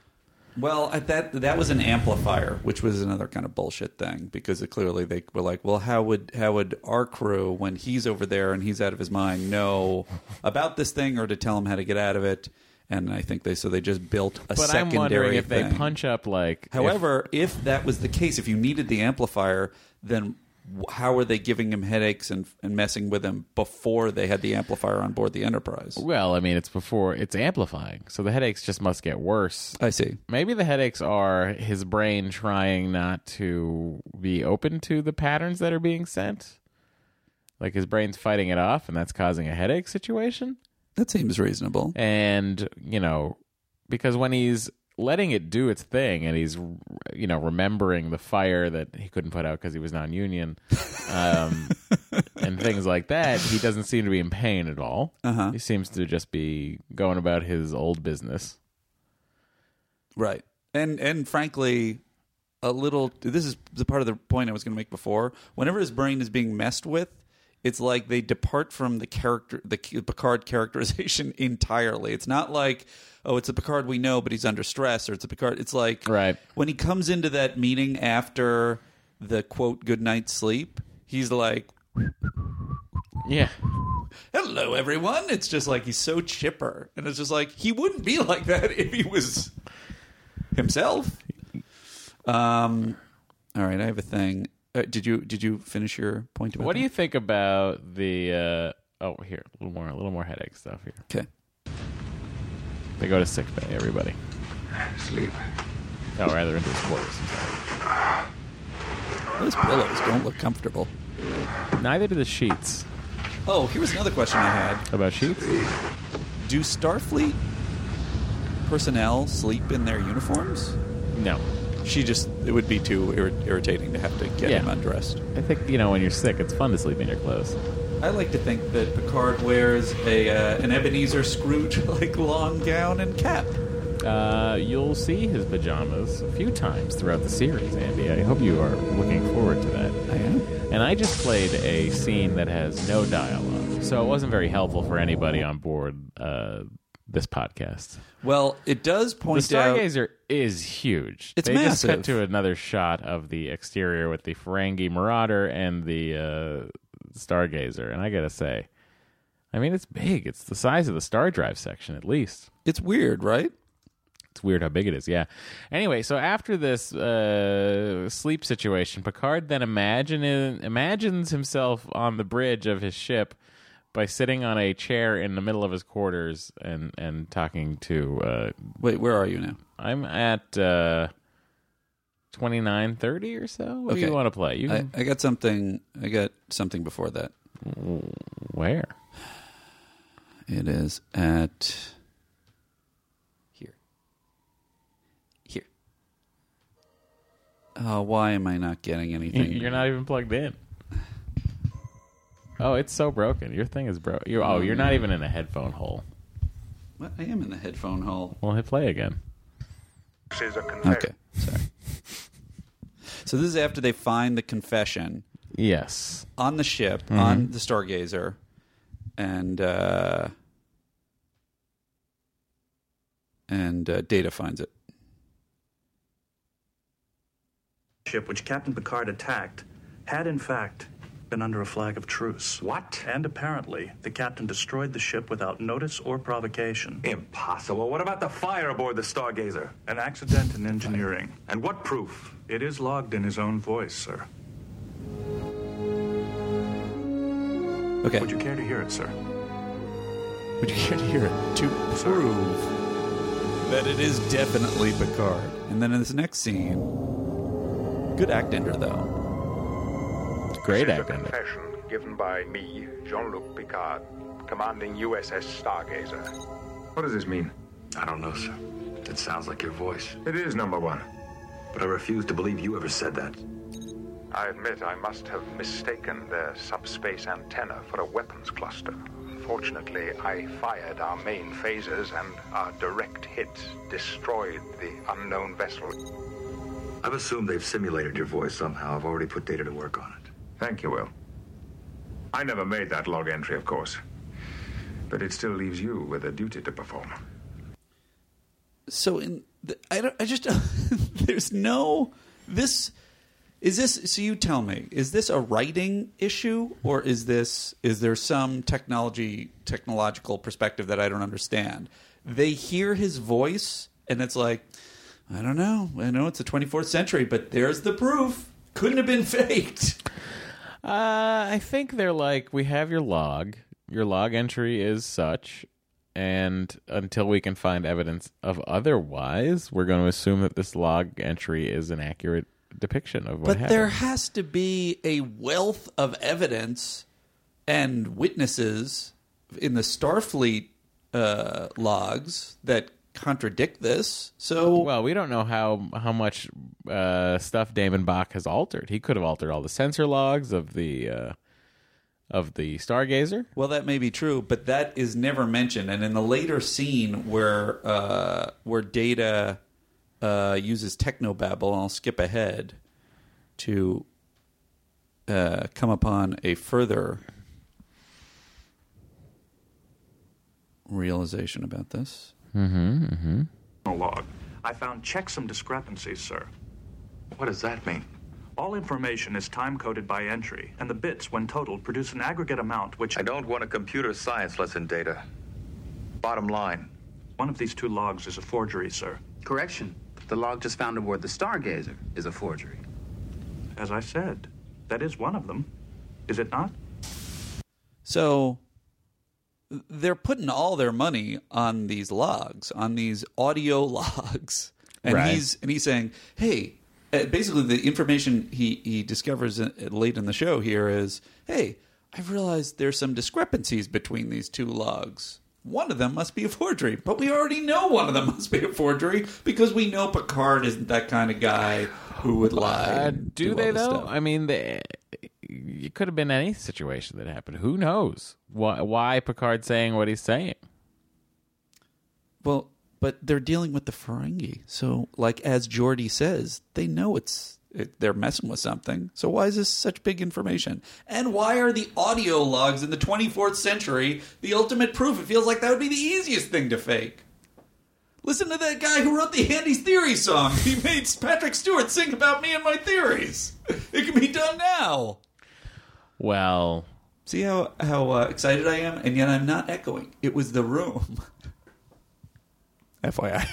Speaker 3: Well, at that that was an amplifier, which was another kind of bullshit thing because it, clearly they were like, well, how would how would our crew when he's over there and he's out of his mind know about this thing or to tell him how to get out of it? And I think they so they just built a
Speaker 2: But I'm
Speaker 3: secondary
Speaker 2: wondering if they
Speaker 3: thing.
Speaker 2: punch up like. if-
Speaker 3: However, if, that was the case, if you needed the amplifier, then w- how were they giving him headaches and, and messing with him before they had the amplifier on board the Enterprise?
Speaker 2: well, I mean, it's before it's amplifying, so the headaches just must get worse
Speaker 3: I see.
Speaker 2: Maybe the headaches are his brain trying not to be open to the patterns that are being sent. Like his brain's fighting it off, and that's causing a headache situation.
Speaker 3: That seems reasonable.
Speaker 2: And, you know, because when he's letting it do its thing and he's, you know, remembering the fire that he couldn't put out because he was non union um, and things like that, he doesn't seem to be in pain at all.
Speaker 3: Uh-huh.
Speaker 2: He seems to just be going about his old business.
Speaker 3: Right. And and frankly, a little this is the part of the point I was going to make before. Whenever his brain is being messed with, it's like they depart from the character the Picard characterization entirely. It's not like oh, it's a Picard we know but he's under stress or it's a Picard it's like
Speaker 2: Right.
Speaker 3: when he comes into that meeting after the quote good night sleep, he's like
Speaker 2: Yeah.
Speaker 3: Hello, everyone. It's just like he's so chipper, and it's just like he wouldn't be like that if he was himself. Um. All right, I have a thing. Uh, did you did you finish your point? About
Speaker 2: What do you think about the? Uh, oh, here a little more, a little more headache stuff here.
Speaker 3: Okay.
Speaker 2: They go to sick bay. Everybody.
Speaker 6: Sleep.
Speaker 2: Oh, rather into his quarters.
Speaker 3: Those pillows don't look comfortable.
Speaker 2: Neither do the sheets.
Speaker 3: Oh, here was another question I had.
Speaker 2: About sheets?
Speaker 3: Do Starfleet personnel sleep in their uniforms?
Speaker 2: No.
Speaker 3: She just, it would be too irri- irritating to have to get
Speaker 2: Yeah.
Speaker 3: him undressed.
Speaker 2: I think you know when you're sick, it's fun to sleep in your clothes.
Speaker 3: I like to think that Picard wears a uh, an Ebenezer Scrooge like long gown and cap.
Speaker 2: Uh, you'll see his pajamas a few times throughout the series, Andy. I hope you are looking forward to that.
Speaker 3: I am.
Speaker 2: And I just played a scene that has no dialogue, so it wasn't very helpful for anybody on board uh, this podcast.
Speaker 3: Well, it does point
Speaker 2: the
Speaker 3: out.
Speaker 2: Stargazer is huge.
Speaker 3: It's
Speaker 2: they just cut
Speaker 3: massive.
Speaker 2: to another shot of the exterior with the Ferengi Marauder and the uh, Stargazer, and I gotta say, I mean, it's big. It's the size of the Star Drive section, at least.
Speaker 3: It's weird, right?
Speaker 2: It's weird how big it is. Yeah. Anyway, so after this uh, sleep situation, Picard then imagine imagines himself on the bridge of his ship by sitting on a chair in the middle of his quarters and and talking to. Uh,
Speaker 3: Wait, where are you now?
Speaker 2: I'm at uh, twenty nine thirty or so. What do you
Speaker 3: Okay.
Speaker 2: want to play? You
Speaker 3: I,
Speaker 2: can,
Speaker 3: I got something. I got something before that.
Speaker 2: where?
Speaker 3: It is at here. Here. Oh, why am I not getting
Speaker 2: You-
Speaker 3: anything?
Speaker 2: You're not even plugged in. Oh, it's so broken. Your thing is broke. You oh, you're not even in a headphone hole.
Speaker 3: What? I am in the headphone hole.
Speaker 2: Well, hit play again.
Speaker 6: This is a confession.
Speaker 3: Okay, sorry. so this is after they find the confession
Speaker 2: Yes.
Speaker 3: on the ship on the Stargazer, and uh, and uh, Data finds it.
Speaker 10: ship which Captain Picard attacked had in fact been under a flag of truce.
Speaker 5: What?
Speaker 10: And apparently, the captain destroyed the ship without notice or provocation.
Speaker 5: Impossible. What about the fire aboard the Stargazer?
Speaker 10: An accident in engineering.
Speaker 5: And what proof?
Speaker 10: It is logged in his own voice, sir.
Speaker 3: Okay,
Speaker 10: Would you care to hear it, sir?
Speaker 3: Would you care to hear it? To prove that it is definitely Picard. And then in this next scene, good act ender though.
Speaker 2: Great
Speaker 5: This is a
Speaker 2: acting.
Speaker 5: confession given by me, Jean-Luc Picard, commanding USS Stargazer. What does this mean?
Speaker 7: I don't know, sir. It sounds like your voice,
Speaker 5: It is number one.
Speaker 7: but I refuse to believe you ever said that.
Speaker 5: I admit I must have mistaken their subspace antenna for a weapons cluster. Fortunately, I fired our main phasers, and our direct hits destroyed the unknown vessel.
Speaker 7: I've assumed they've simulated your voice somehow. I've already put data to work on it.
Speaker 5: Thank you, Will. I never made that log entry, of course. But it still leaves you with a duty to perform.
Speaker 3: So in the, I don't I just there's no this is this so you tell me is this a writing issue or is this is there some technology technological perspective that I don't understand? They hear his voice and it's like I don't know. I know it's the 24th century, but there's the proof. Couldn't have been faked.
Speaker 2: Uh, I think they're like, we have your log. Your log entry is such, and until we can find evidence of otherwise, we're going to assume that this log entry is an accurate depiction of what
Speaker 3: But there
Speaker 2: happened.
Speaker 3: has to be a wealth of evidence and witnesses in the Starfleet uh, logs that contradict this. So
Speaker 2: Well, we don't know how how much uh, stuff Damon Bach has altered. He could have altered all the sensor logs of the uh, of the Stargazer.
Speaker 3: Well, that may be true, but that is never mentioned. And in the later scene where uh, where Data uh, uses technobabble, and I'll skip ahead to uh, come upon a further realization about this.
Speaker 10: Log. I found checksum discrepancies, sir.
Speaker 7: What does that mean?
Speaker 10: All information is time coded by entry, and the bits, when totaled, produce an aggregate amount which.
Speaker 7: I don't want a computer science lesson, Data. Bottom line.
Speaker 10: One of these two logs is a forgery, sir.
Speaker 12: Correction. The log just found aboard the Stargazer is a forgery.
Speaker 10: As I said, that is one of them. Is it not?
Speaker 3: So they're putting all their money on these logs, on these audio logs, and
Speaker 2: Right.
Speaker 3: he's and he's saying, "Hey, uh, basically the information he he discovers in- late in the show here is, hey, I realized there's some discrepancies between these two logs." One of them must be a forgery, but we already know one of them must be a forgery because we know Picard isn't that kind of guy who would lie.
Speaker 2: Uh,
Speaker 3: and
Speaker 2: do
Speaker 3: all
Speaker 2: they
Speaker 3: this
Speaker 2: though?
Speaker 3: stuff.
Speaker 2: I mean, they, it could have been any situation that happened. Who knows why, why Picard's saying what he's saying?
Speaker 3: Well, but they're dealing with the Ferengi, so like as Geordi says, they know it's it, they're messing with something. So why is this such big information? And why are the audio logs in the 24th century the ultimate proof? It feels like that would be the easiest thing to fake. Listen to that guy who wrote the Handy's Theory song. He made Patrick Stewart sing about me and my theories. It can be done now.
Speaker 2: Well,
Speaker 3: See how how uh, excited I am, and yet I'm not echoing. It was the room. FYI.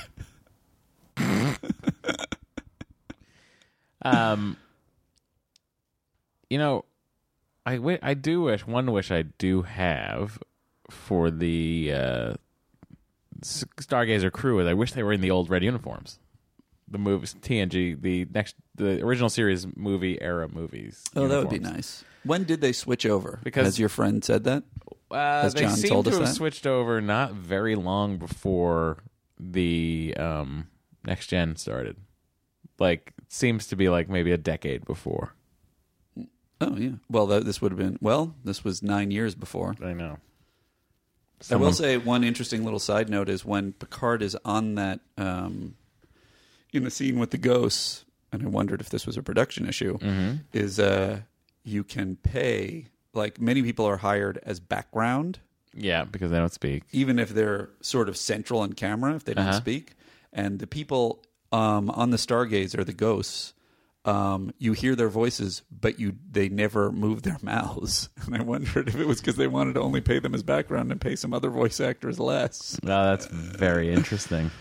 Speaker 2: um, you know, I wi- I do wish one wish I do have for the uh, S- Stargazer crew is I wish they were in the old red uniforms. The movies TNG, the next, the original series movie era movies.
Speaker 3: Oh, that would be
Speaker 2: uniforms.
Speaker 3: nice. When did they switch over?
Speaker 2: Because-
Speaker 3: Has your friend said that?
Speaker 2: Uh,
Speaker 3: Has
Speaker 2: they
Speaker 3: John
Speaker 2: seem
Speaker 3: told
Speaker 2: to
Speaker 3: us
Speaker 2: have
Speaker 3: that?
Speaker 2: switched over not very long before the um, next gen started. Like, it seems to be like maybe a decade before.
Speaker 3: Oh yeah. Well, th- this would have been. Well, this was nine years before.
Speaker 2: I know.
Speaker 3: I will
Speaker 2: Someone-
Speaker 3: say one interesting little side note is when Picard is on that um, in the scene with the ghosts, and I wondered if this was a production issue.
Speaker 2: Mm-hmm.
Speaker 3: Is uh, you can pay like many people are hired as background
Speaker 2: Yeah, because they don't speak.
Speaker 3: even if they're sort of central on camera, if they don't speak. And the people um, on the Stargazer, the ghosts, um, you hear their voices, but you they never move their mouths. And I wondered if it was because they wanted to only pay them as background and pay some other voice actors less.
Speaker 2: Oh, that's very interesting.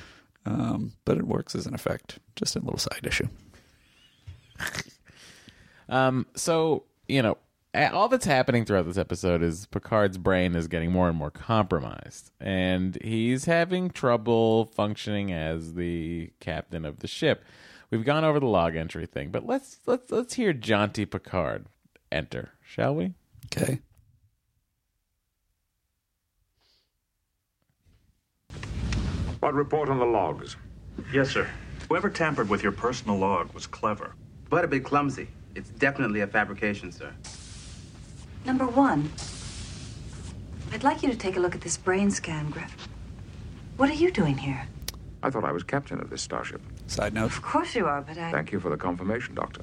Speaker 3: Um, but it works as an effect, just a little side issue.
Speaker 2: Um, so you know, a- all that's happening throughout this episode is Picard's brain is getting more and more compromised, and he's having trouble functioning as the captain of the ship. We've gone over the log entry thing, but let's let's let's hear Jaunty Picard enter, shall we?
Speaker 3: Okay.
Speaker 5: What report on the logs?
Speaker 10: Yes, sir. Whoever tampered with your personal log was clever.
Speaker 12: But a bit clumsy. It's definitely a fabrication, sir.
Speaker 9: Number one, I'd like you to take a look at this brain scan, Griff. What are you doing here?
Speaker 5: I thought I was captain of this starship.
Speaker 3: Side note:
Speaker 9: Of course you are, but I.
Speaker 5: Thank you for the confirmation, Doctor.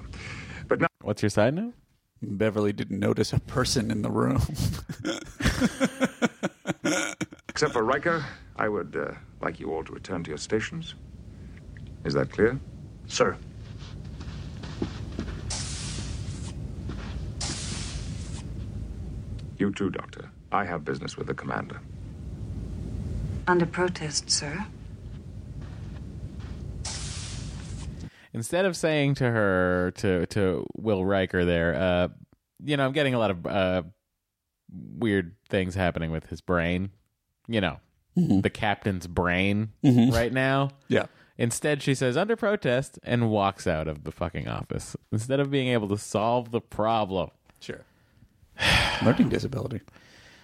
Speaker 5: But now
Speaker 2: What's your side note?
Speaker 3: Beverly didn't notice a person in the room.
Speaker 5: Except for Riker, I would uh, like you all to return to your stations. Is that clear?
Speaker 10: Sir.
Speaker 5: You too, Doctor. I have business with the commander.
Speaker 9: Under protest, sir.
Speaker 2: instead of saying to her to to Will Riker there, uh, you know, I'm getting a lot of uh, weird things happening with his brain. You know, the captain's brain right now.
Speaker 3: yeah.
Speaker 2: Instead, she says under protest and walks out of the fucking office instead of being able to solve the problem.
Speaker 3: Sure. Learning disability.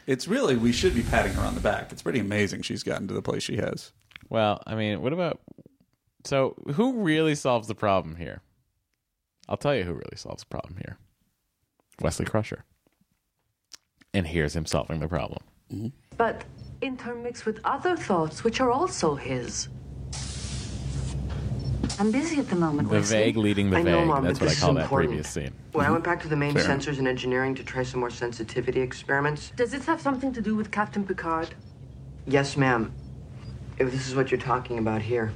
Speaker 3: It's really, we should be patting her on the back. It's pretty amazing she's gotten to the place she has.
Speaker 2: Well, I mean, what about so who really solves the problem here? I'll tell you who really solves the problem here. Wesley Crusher. And here's him solving the problem.
Speaker 14: but intermixed with other thoughts which are also his.
Speaker 9: I'm busy at the moment.
Speaker 2: The
Speaker 9: Wesley.
Speaker 2: vague leading the
Speaker 14: I
Speaker 2: vague.
Speaker 14: know, Mom,
Speaker 2: That's
Speaker 14: but
Speaker 2: what I
Speaker 14: this
Speaker 2: call
Speaker 14: is
Speaker 2: that
Speaker 14: important.
Speaker 2: previous scene.
Speaker 14: Well, I went back to the main sensors and engineering to try
Speaker 12: Some more sensitivity experiments?
Speaker 14: Does this have something to do with Captain Picard?
Speaker 12: Yes, ma'am. If this is what you're talking about here.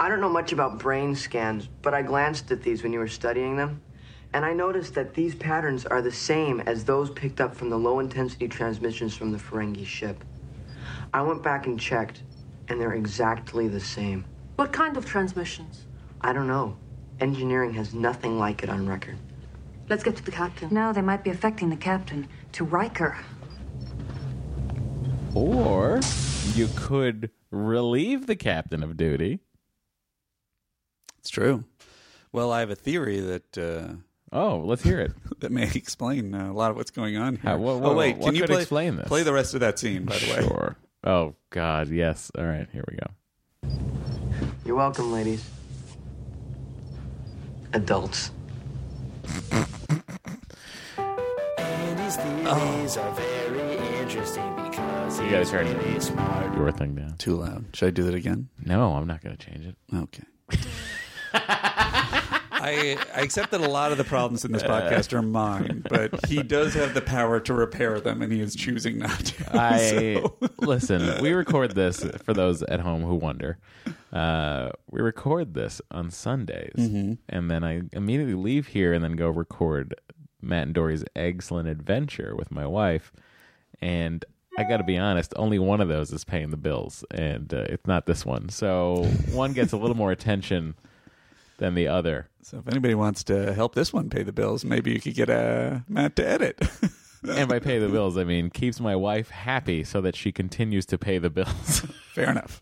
Speaker 12: I don't know much about brain scans, but I glanced at these when you were studying them.
Speaker 15: And I noticed that these patterns are the same as those picked up from the low intensity transmissions from the Ferengi ship. I went back and checked, and they're exactly the same.
Speaker 14: What kind of transmissions?
Speaker 15: I don't know. Engineering has nothing like it on record.
Speaker 14: Let's get to the captain.
Speaker 9: No, they might be affecting the captain. To Riker.
Speaker 2: Or you could relieve the captain of duty.
Speaker 3: It's true. Well, I have a theory that. Uh,
Speaker 2: oh, let's hear it.
Speaker 3: that may explain uh, a lot of what's going on here.
Speaker 2: How- wha- wha-
Speaker 3: oh wait,
Speaker 2: what
Speaker 3: can you
Speaker 2: could
Speaker 3: play,
Speaker 2: explain this?
Speaker 3: Play the rest of that scene, by the way.
Speaker 2: Sure. Oh God, yes. All right, here we go.
Speaker 15: You're welcome, ladies. Adults.
Speaker 16: Andy's theories are very interesting because
Speaker 2: You
Speaker 16: he's
Speaker 2: gotta turn
Speaker 16: really smart.
Speaker 2: your thing down.
Speaker 3: Too loud. Should I do that again?
Speaker 2: No, I'm not going to change it.
Speaker 3: Okay. I, I accept that a lot of the problems in this podcast are mine, but he does have the power to repair them, and he is choosing not to.
Speaker 2: I listen. We record this for those at home who wonder. Uh, we record this on Sundays, and then I immediately leave here and then go record Matt and Dory's excellent adventure with my wife. And I got to be honest, only one of those is paying the bills, and uh, it's not this one. So one gets a little more attention than the other.
Speaker 3: So if anybody wants to help this one pay the bills, maybe you could get uh, Matt to edit.
Speaker 2: And by pay the bills, I mean keeps my wife happy so that she continues to pay the bills.
Speaker 3: Fair enough.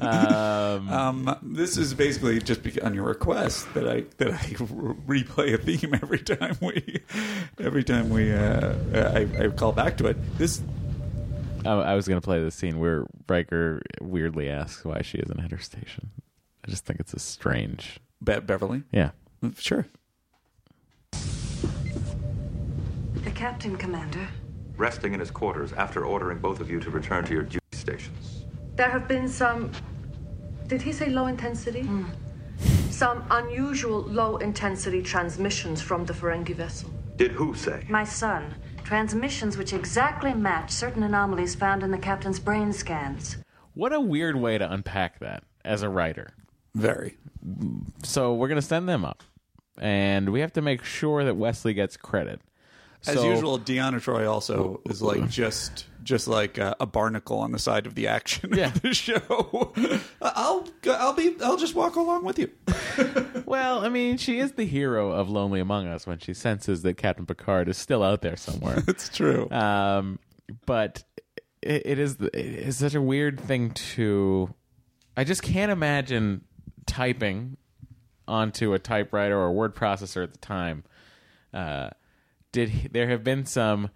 Speaker 2: Um,
Speaker 3: Um, this is basically just beca- on your request that I that I re- replay a theme every time we every time we uh, I, I call back to it. This
Speaker 2: I, I was going to play the scene where Riker weirdly asks why she isn't at her station. I just think it's a strange.
Speaker 3: Be- Beverly,
Speaker 2: Yeah.
Speaker 3: sure.
Speaker 9: The captain, Commander.
Speaker 7: resting in his quarters after ordering both of you to return to your duty stations.
Speaker 14: There have been some. Did he say low intensity?
Speaker 9: Hmm.
Speaker 14: Some unusual low intensity transmissions from the Ferengi vessel.
Speaker 7: Did who say?
Speaker 9: My son. Transmissions which exactly match certain anomalies found in the captain's brain scans.
Speaker 2: What a weird way to unpack that as a writer.
Speaker 3: Very.
Speaker 2: So we're going to send them up, and we have to make sure that Wesley gets credit.
Speaker 3: As
Speaker 2: So-
Speaker 3: usual, Deanna Troy also is like just just like a, a barnacle on the side of the action
Speaker 2: Yeah.
Speaker 3: of the show. I'll I'll be I'll just walk along with you.
Speaker 2: Well, I mean, she is the hero of Lonely Among Us when she senses that Captain Picard is still out there somewhere.
Speaker 3: It's true.
Speaker 2: um, but it, it is it is such a weird thing to. I just can't imagine typing onto a typewriter or a word processor at the time. Uh, did he, there have been some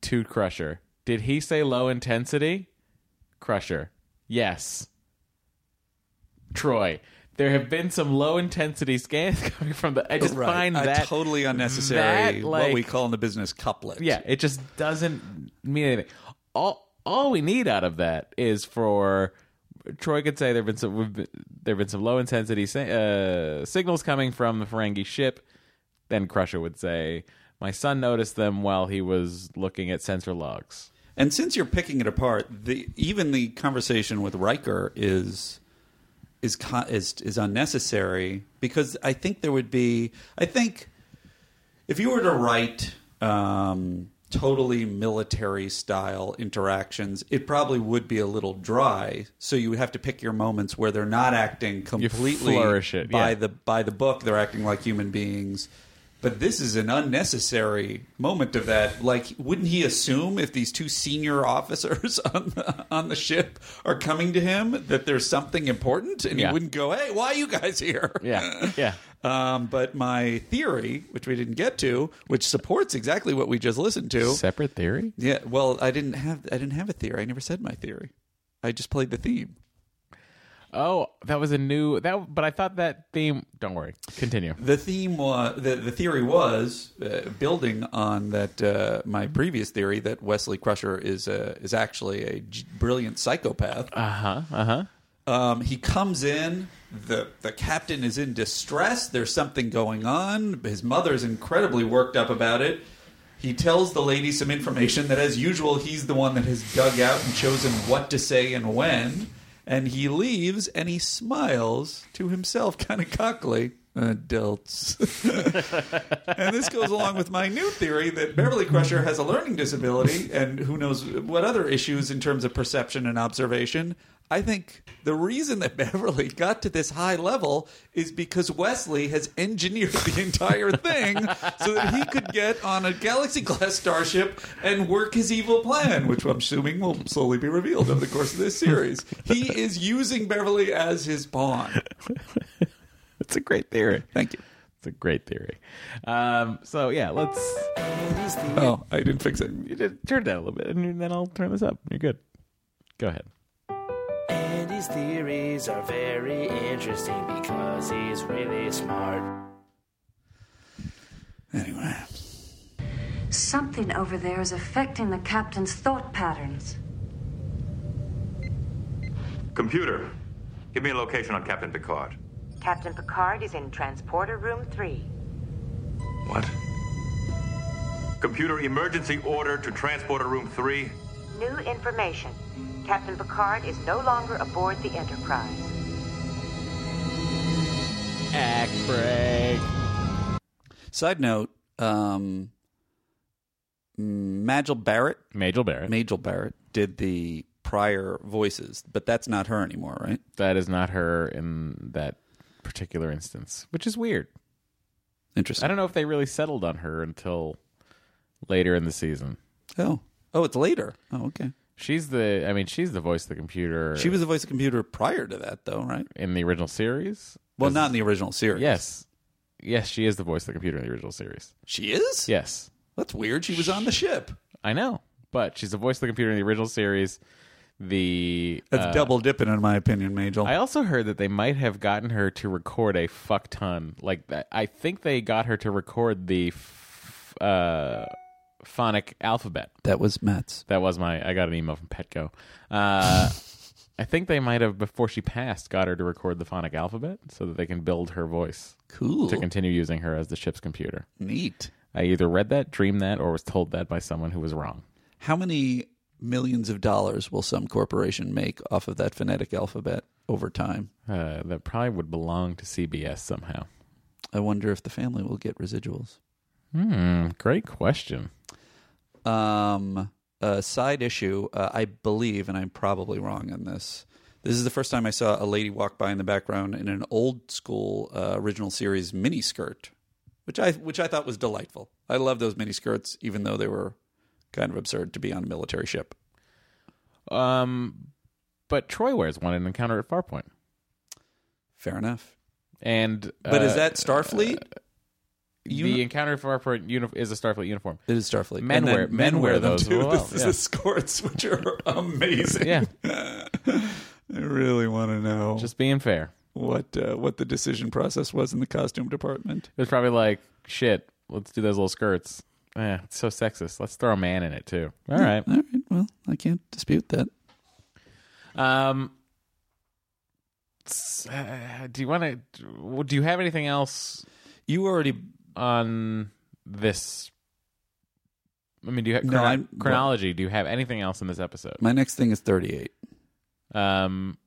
Speaker 2: toot crusher? Did he say low intensity crusher? Yes. Troy, there have been some low intensity scans coming from the. I just
Speaker 3: Right.
Speaker 2: find
Speaker 3: A
Speaker 2: that
Speaker 3: totally unnecessary.
Speaker 2: that,
Speaker 3: what we
Speaker 2: like-
Speaker 3: call in the business couplet.
Speaker 2: yeah, it just doesn't mean anything. All all we need out of that is for Troy could say there've been some we've been- there've been some low intensity si- uh, signals coming from the Ferengi ship. Then Crusher would say, "My son noticed them while he was looking at sensor logs."
Speaker 3: And since you're picking it apart, the even the conversation with Riker is is co- is is unnecessary because I think there would be I think if you were to write um, totally military style interactions, it probably would be a little dry. So you would have to pick your moments where they're not acting completely
Speaker 2: flourish it,
Speaker 3: by
Speaker 2: yeah.
Speaker 3: the by the book. They're acting like human beings. But this is an unnecessary moment of that. Like, wouldn't he assume if these two senior officers on the, on the ship are coming to him that there's something important, and
Speaker 2: Yeah.
Speaker 3: he wouldn't go, "Hey, why are you guys here?"
Speaker 2: Yeah, yeah.
Speaker 3: Um, but my theory, which we didn't get to, which supports exactly what we just listened to.
Speaker 2: Separate theory.
Speaker 3: yeah. Well, I didn't have I didn't have a theory. I never said my theory. I just played the theme.
Speaker 2: Oh, that was a new that. But I thought that theme. Don't worry. Continue.
Speaker 3: The theme was the, the theory was uh, building on that uh, my previous theory that Wesley Crusher is uh, is actually a g- brilliant psychopath.
Speaker 2: Uh huh. Uh huh.
Speaker 3: Um, he comes in. the The captain is in distress. There's something going on. His mother's incredibly worked up about it. He tells the lady some information that, as usual, he's the one that has dug out and chosen what to say and when. And he leaves, and he smiles to himself, kind of cockily. adults. and this goes along with my new theory that Beverly Crusher has a learning disability and who knows what other issues in terms of perception and observation. I think the reason that Beverly got to this high level is because Wesley has engineered the entire thing so that he could get on a galaxy class starship and work his evil plan, which I'm assuming will slowly be revealed over the course of this series. He is using Beverly as his pawn.
Speaker 2: It's a great theory.
Speaker 3: Thank you.
Speaker 2: It's a great theory. Um, so yeah, let's.
Speaker 3: Oh, I didn't fix it.
Speaker 2: You did turn it down a little bit, and then I'll turn this up. You're good. Go ahead.
Speaker 16: Andy's theories are very interesting because he's really smart.
Speaker 3: Anyway,
Speaker 9: Something over there is affecting the captain's thought patterns.
Speaker 7: Computer, give me a location on Captain Picard.
Speaker 17: Captain Picard is in transporter room three.
Speaker 7: What? Computer emergency order to transporter room three.
Speaker 17: New information. Captain Picard is no longer aboard the Enterprise.
Speaker 2: Act break.
Speaker 3: Side note, um, Magil Barrett.
Speaker 2: Majel Barrett.
Speaker 3: Majel Barrett did the prior voices, but that's not her anymore, right?
Speaker 2: That is not her in that particular instance, which is weird.
Speaker 3: Interesting.
Speaker 2: I don't know if they really settled on her until later in the season.
Speaker 3: Oh, oh, it's later. Oh, okay.
Speaker 2: She's the, I mean, she's the voice of the computer.
Speaker 3: She was the voice of computer prior to that, though, right?
Speaker 2: in the original series.
Speaker 3: Well, not in the original series.
Speaker 2: Yes, yes, she is the voice of the computer in the original series.
Speaker 3: she is.
Speaker 2: Yes,
Speaker 3: that's weird. She was on the ship.
Speaker 2: I know, but she's the voice of the computer in the original series. The
Speaker 3: That's
Speaker 2: uh,
Speaker 3: double dipping, in my opinion, Majel.
Speaker 2: I also heard that they might have gotten her to record a fuck ton. Like that, I think they got her to record the f- uh, phonic alphabet.
Speaker 3: that was Matt's.
Speaker 2: That was my. I got an email from Petco. Uh, I think they might have before she passed got her to record the phonic alphabet so that they can build her voice
Speaker 3: Cool.
Speaker 2: to continue using her as the ship's computer.
Speaker 3: Neat.
Speaker 2: I either read that, dreamed that, or was told that by someone who was wrong.
Speaker 3: How many millions of dollars will some corporation make off of that phonetic alphabet over time?
Speaker 2: Uh, that probably would belong to CBS somehow.
Speaker 3: I wonder if the family will get residuals.
Speaker 2: Hmm, great question.
Speaker 3: Um, a side issue, uh, I believe, and I'm probably wrong on this. This is the first time I saw a lady walk by in the background in an old school uh, original series miniskirt, which I which I thought was delightful. I love those miniskirts, even though they were kind of absurd to be on a military ship.
Speaker 2: Um, but Troy wears one in Encounter at Farpoint,
Speaker 3: Fair enough.
Speaker 2: and
Speaker 3: But
Speaker 2: uh,
Speaker 3: is that Starfleet?
Speaker 2: the Encounter at Farpoint uni- is a Starfleet uniform?
Speaker 3: It is Starfleet.
Speaker 2: Men
Speaker 3: And then
Speaker 2: wear men, wear, those
Speaker 3: too.
Speaker 2: as well.
Speaker 3: This is the skirts, which are amazing.
Speaker 2: yeah. yeah,
Speaker 3: I really want to know
Speaker 2: just being fair.
Speaker 3: what uh, what the decision process was in the costume department.
Speaker 2: It was probably like shit. Let's do those little skirts. Eh, it's so sexist. Let's throw a man in it too. All right.
Speaker 3: All right. Well, I can't dispute that.
Speaker 2: Um, s- uh, do you want to? Do you have anything else
Speaker 3: You already.
Speaker 2: on this? I mean, do you have
Speaker 3: No,
Speaker 2: chrono-
Speaker 3: I'm-
Speaker 2: chronology? do you have anything else in this episode?
Speaker 3: My next thing is thirty-eight,
Speaker 2: Um,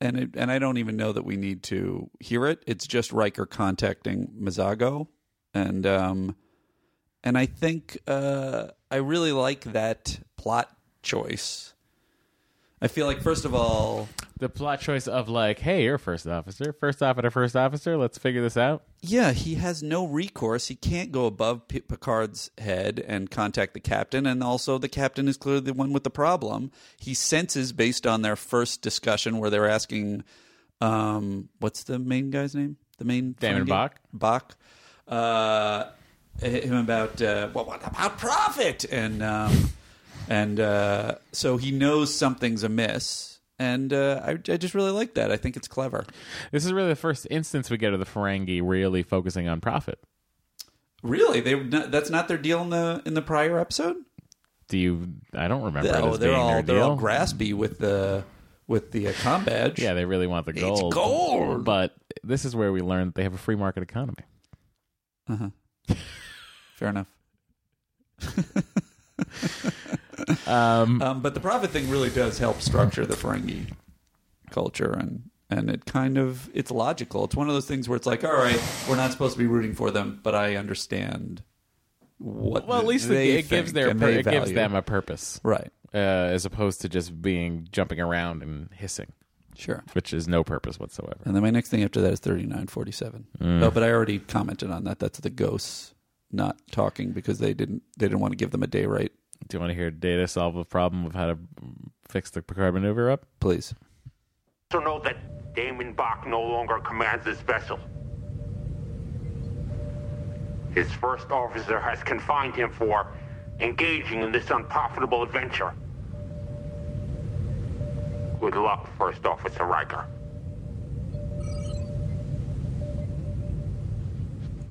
Speaker 3: and it, and I don't even know that we need to hear it. It's just Riker contacting Mazago, and um, and I think uh, I really like that plot choice. I feel like first of all,
Speaker 2: the plot choice of like, hey, you're a first officer, first officer, first officer. Let's figure this out.
Speaker 3: Yeah, he has no recourse. He can't go above P- Picard's head and contact the captain. And also, the captain is clearly the one with the problem. He senses, based on their first discussion, where they're asking, um, "What's the main guy's name?" The main
Speaker 2: Damon
Speaker 3: Ferengi?
Speaker 2: Bach?
Speaker 3: Bach. Uh, him about uh, well, what about profit? And um, and uh, so he knows something's amiss. And uh, I, I just really like that. I think it's clever.
Speaker 2: This is really the first instance we get of the Ferengi really focusing on profit.
Speaker 3: Really, they that's not their deal in the in the prior episode.
Speaker 2: Do you? I don't remember. it
Speaker 3: oh,
Speaker 2: as
Speaker 3: they're
Speaker 2: being
Speaker 3: all
Speaker 2: their
Speaker 3: they're all
Speaker 2: deal.
Speaker 3: graspy with the with the uh, com badge.
Speaker 2: Yeah, they really want the gold.
Speaker 3: gold.
Speaker 2: But this is where we learn that they have a free market economy.
Speaker 3: fair enough.
Speaker 2: Um,
Speaker 3: Um, but the profit thing really does help structure the Ferengi culture and and it kind of it's logical. It's one of those things where it's like, all right, we're not supposed to be rooting for them, but I understand what.
Speaker 2: Well, at least
Speaker 3: they
Speaker 2: it gives
Speaker 3: think
Speaker 2: their
Speaker 3: and
Speaker 2: pur-
Speaker 3: they
Speaker 2: it gives
Speaker 3: value.
Speaker 2: them a purpose,
Speaker 3: right?
Speaker 2: Uh, as opposed to just being jumping around and hissing.
Speaker 3: Sure.
Speaker 2: which is no purpose whatsoever.
Speaker 3: And then my next thing after that is thirty nine forty seven.
Speaker 2: Mm.
Speaker 3: Oh, but I already commented on that. That's the ghosts not talking because they didn't they didn't want to give them a day rate.
Speaker 2: Do you want to hear Data solve a problem of how to fix the Picard maneuver up?
Speaker 3: Please.
Speaker 8: to know that Damon Bach no longer commands this vessel. His first officer has confined him for engaging in this unprofitable adventure. Good luck, First Officer Riker.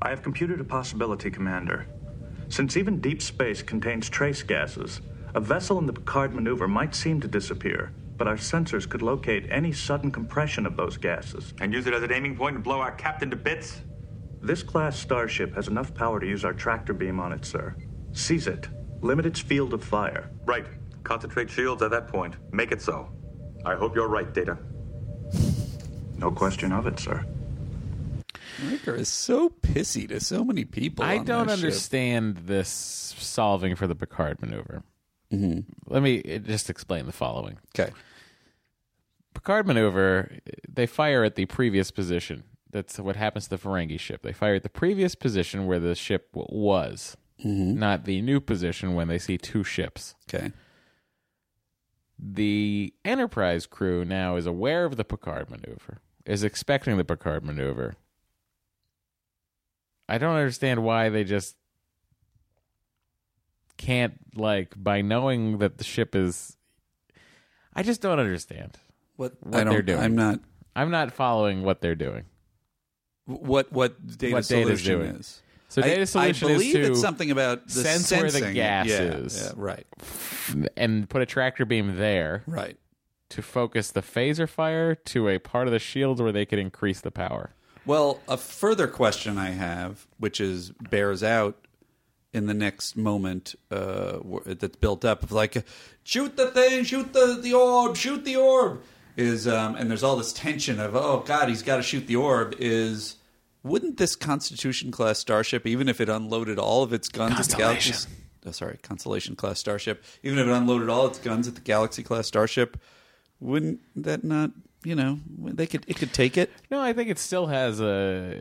Speaker 10: I have computed a possibility, Commander. Since even deep space contains trace gases, a vessel in the Picard maneuver might seem to disappear, but our sensors could locate any sudden compression of those gases.
Speaker 7: And use it as an aiming point to blow our captain to bits?
Speaker 10: This class starship has enough power to use our tractor beam on it, sir. Seize it. Limit its field of fire.
Speaker 7: Right. Concentrate shields at that point. Make it so. I hope you're right, Data.
Speaker 10: No question of it, sir.
Speaker 3: Riker is so pissy to so many people.
Speaker 2: I
Speaker 3: on
Speaker 2: don't
Speaker 3: that ship.
Speaker 2: understand this solving for the Picard maneuver.
Speaker 3: Mm-hmm.
Speaker 2: Let me uh, just explain the following.
Speaker 3: Okay.
Speaker 2: Picard maneuver, they fire at the previous position. That's what happens to the Ferengi ship. They fire at the previous position where the ship w- was,
Speaker 3: Mm-hmm.
Speaker 2: not the new position when they see two ships.
Speaker 3: Okay.
Speaker 2: The Enterprise crew now is aware of the Picard maneuver, is expecting the Picard maneuver. I don't understand why they just can't like by knowing that the ship is I just don't understand
Speaker 3: What,
Speaker 2: what
Speaker 3: I don't-
Speaker 2: they're doing.
Speaker 3: I'm not
Speaker 2: I'm not following what they're doing.
Speaker 3: what what data
Speaker 2: What Data's
Speaker 3: solution
Speaker 2: doing.
Speaker 3: is.
Speaker 2: So
Speaker 3: I-
Speaker 2: data solution
Speaker 3: I
Speaker 2: is
Speaker 3: believe
Speaker 2: to
Speaker 3: it's something about the
Speaker 2: sense where the
Speaker 3: sensing.
Speaker 2: gas
Speaker 3: Yeah,
Speaker 2: is.
Speaker 3: yeah, right,
Speaker 2: and put a tractor beam there.
Speaker 3: right.
Speaker 2: To focus the phaser fire to a part of the shield where they could increase the power.
Speaker 3: Well, a further question I have, which is bears out in the next moment uh, wh- that's built up of like, shoot the thing, shoot the, the orb, shoot the orb. Is um, and there's all this tension of oh god he's got to shoot the orb is wouldn't this Constitution class starship even if it unloaded all of its guns at the galaxy
Speaker 2: Constellation.
Speaker 3: oh, sorry Constellation class starship even if it unloaded all its guns at the Galaxy class starship wouldn't that not you know they could it could take it
Speaker 2: No, I think it still has a,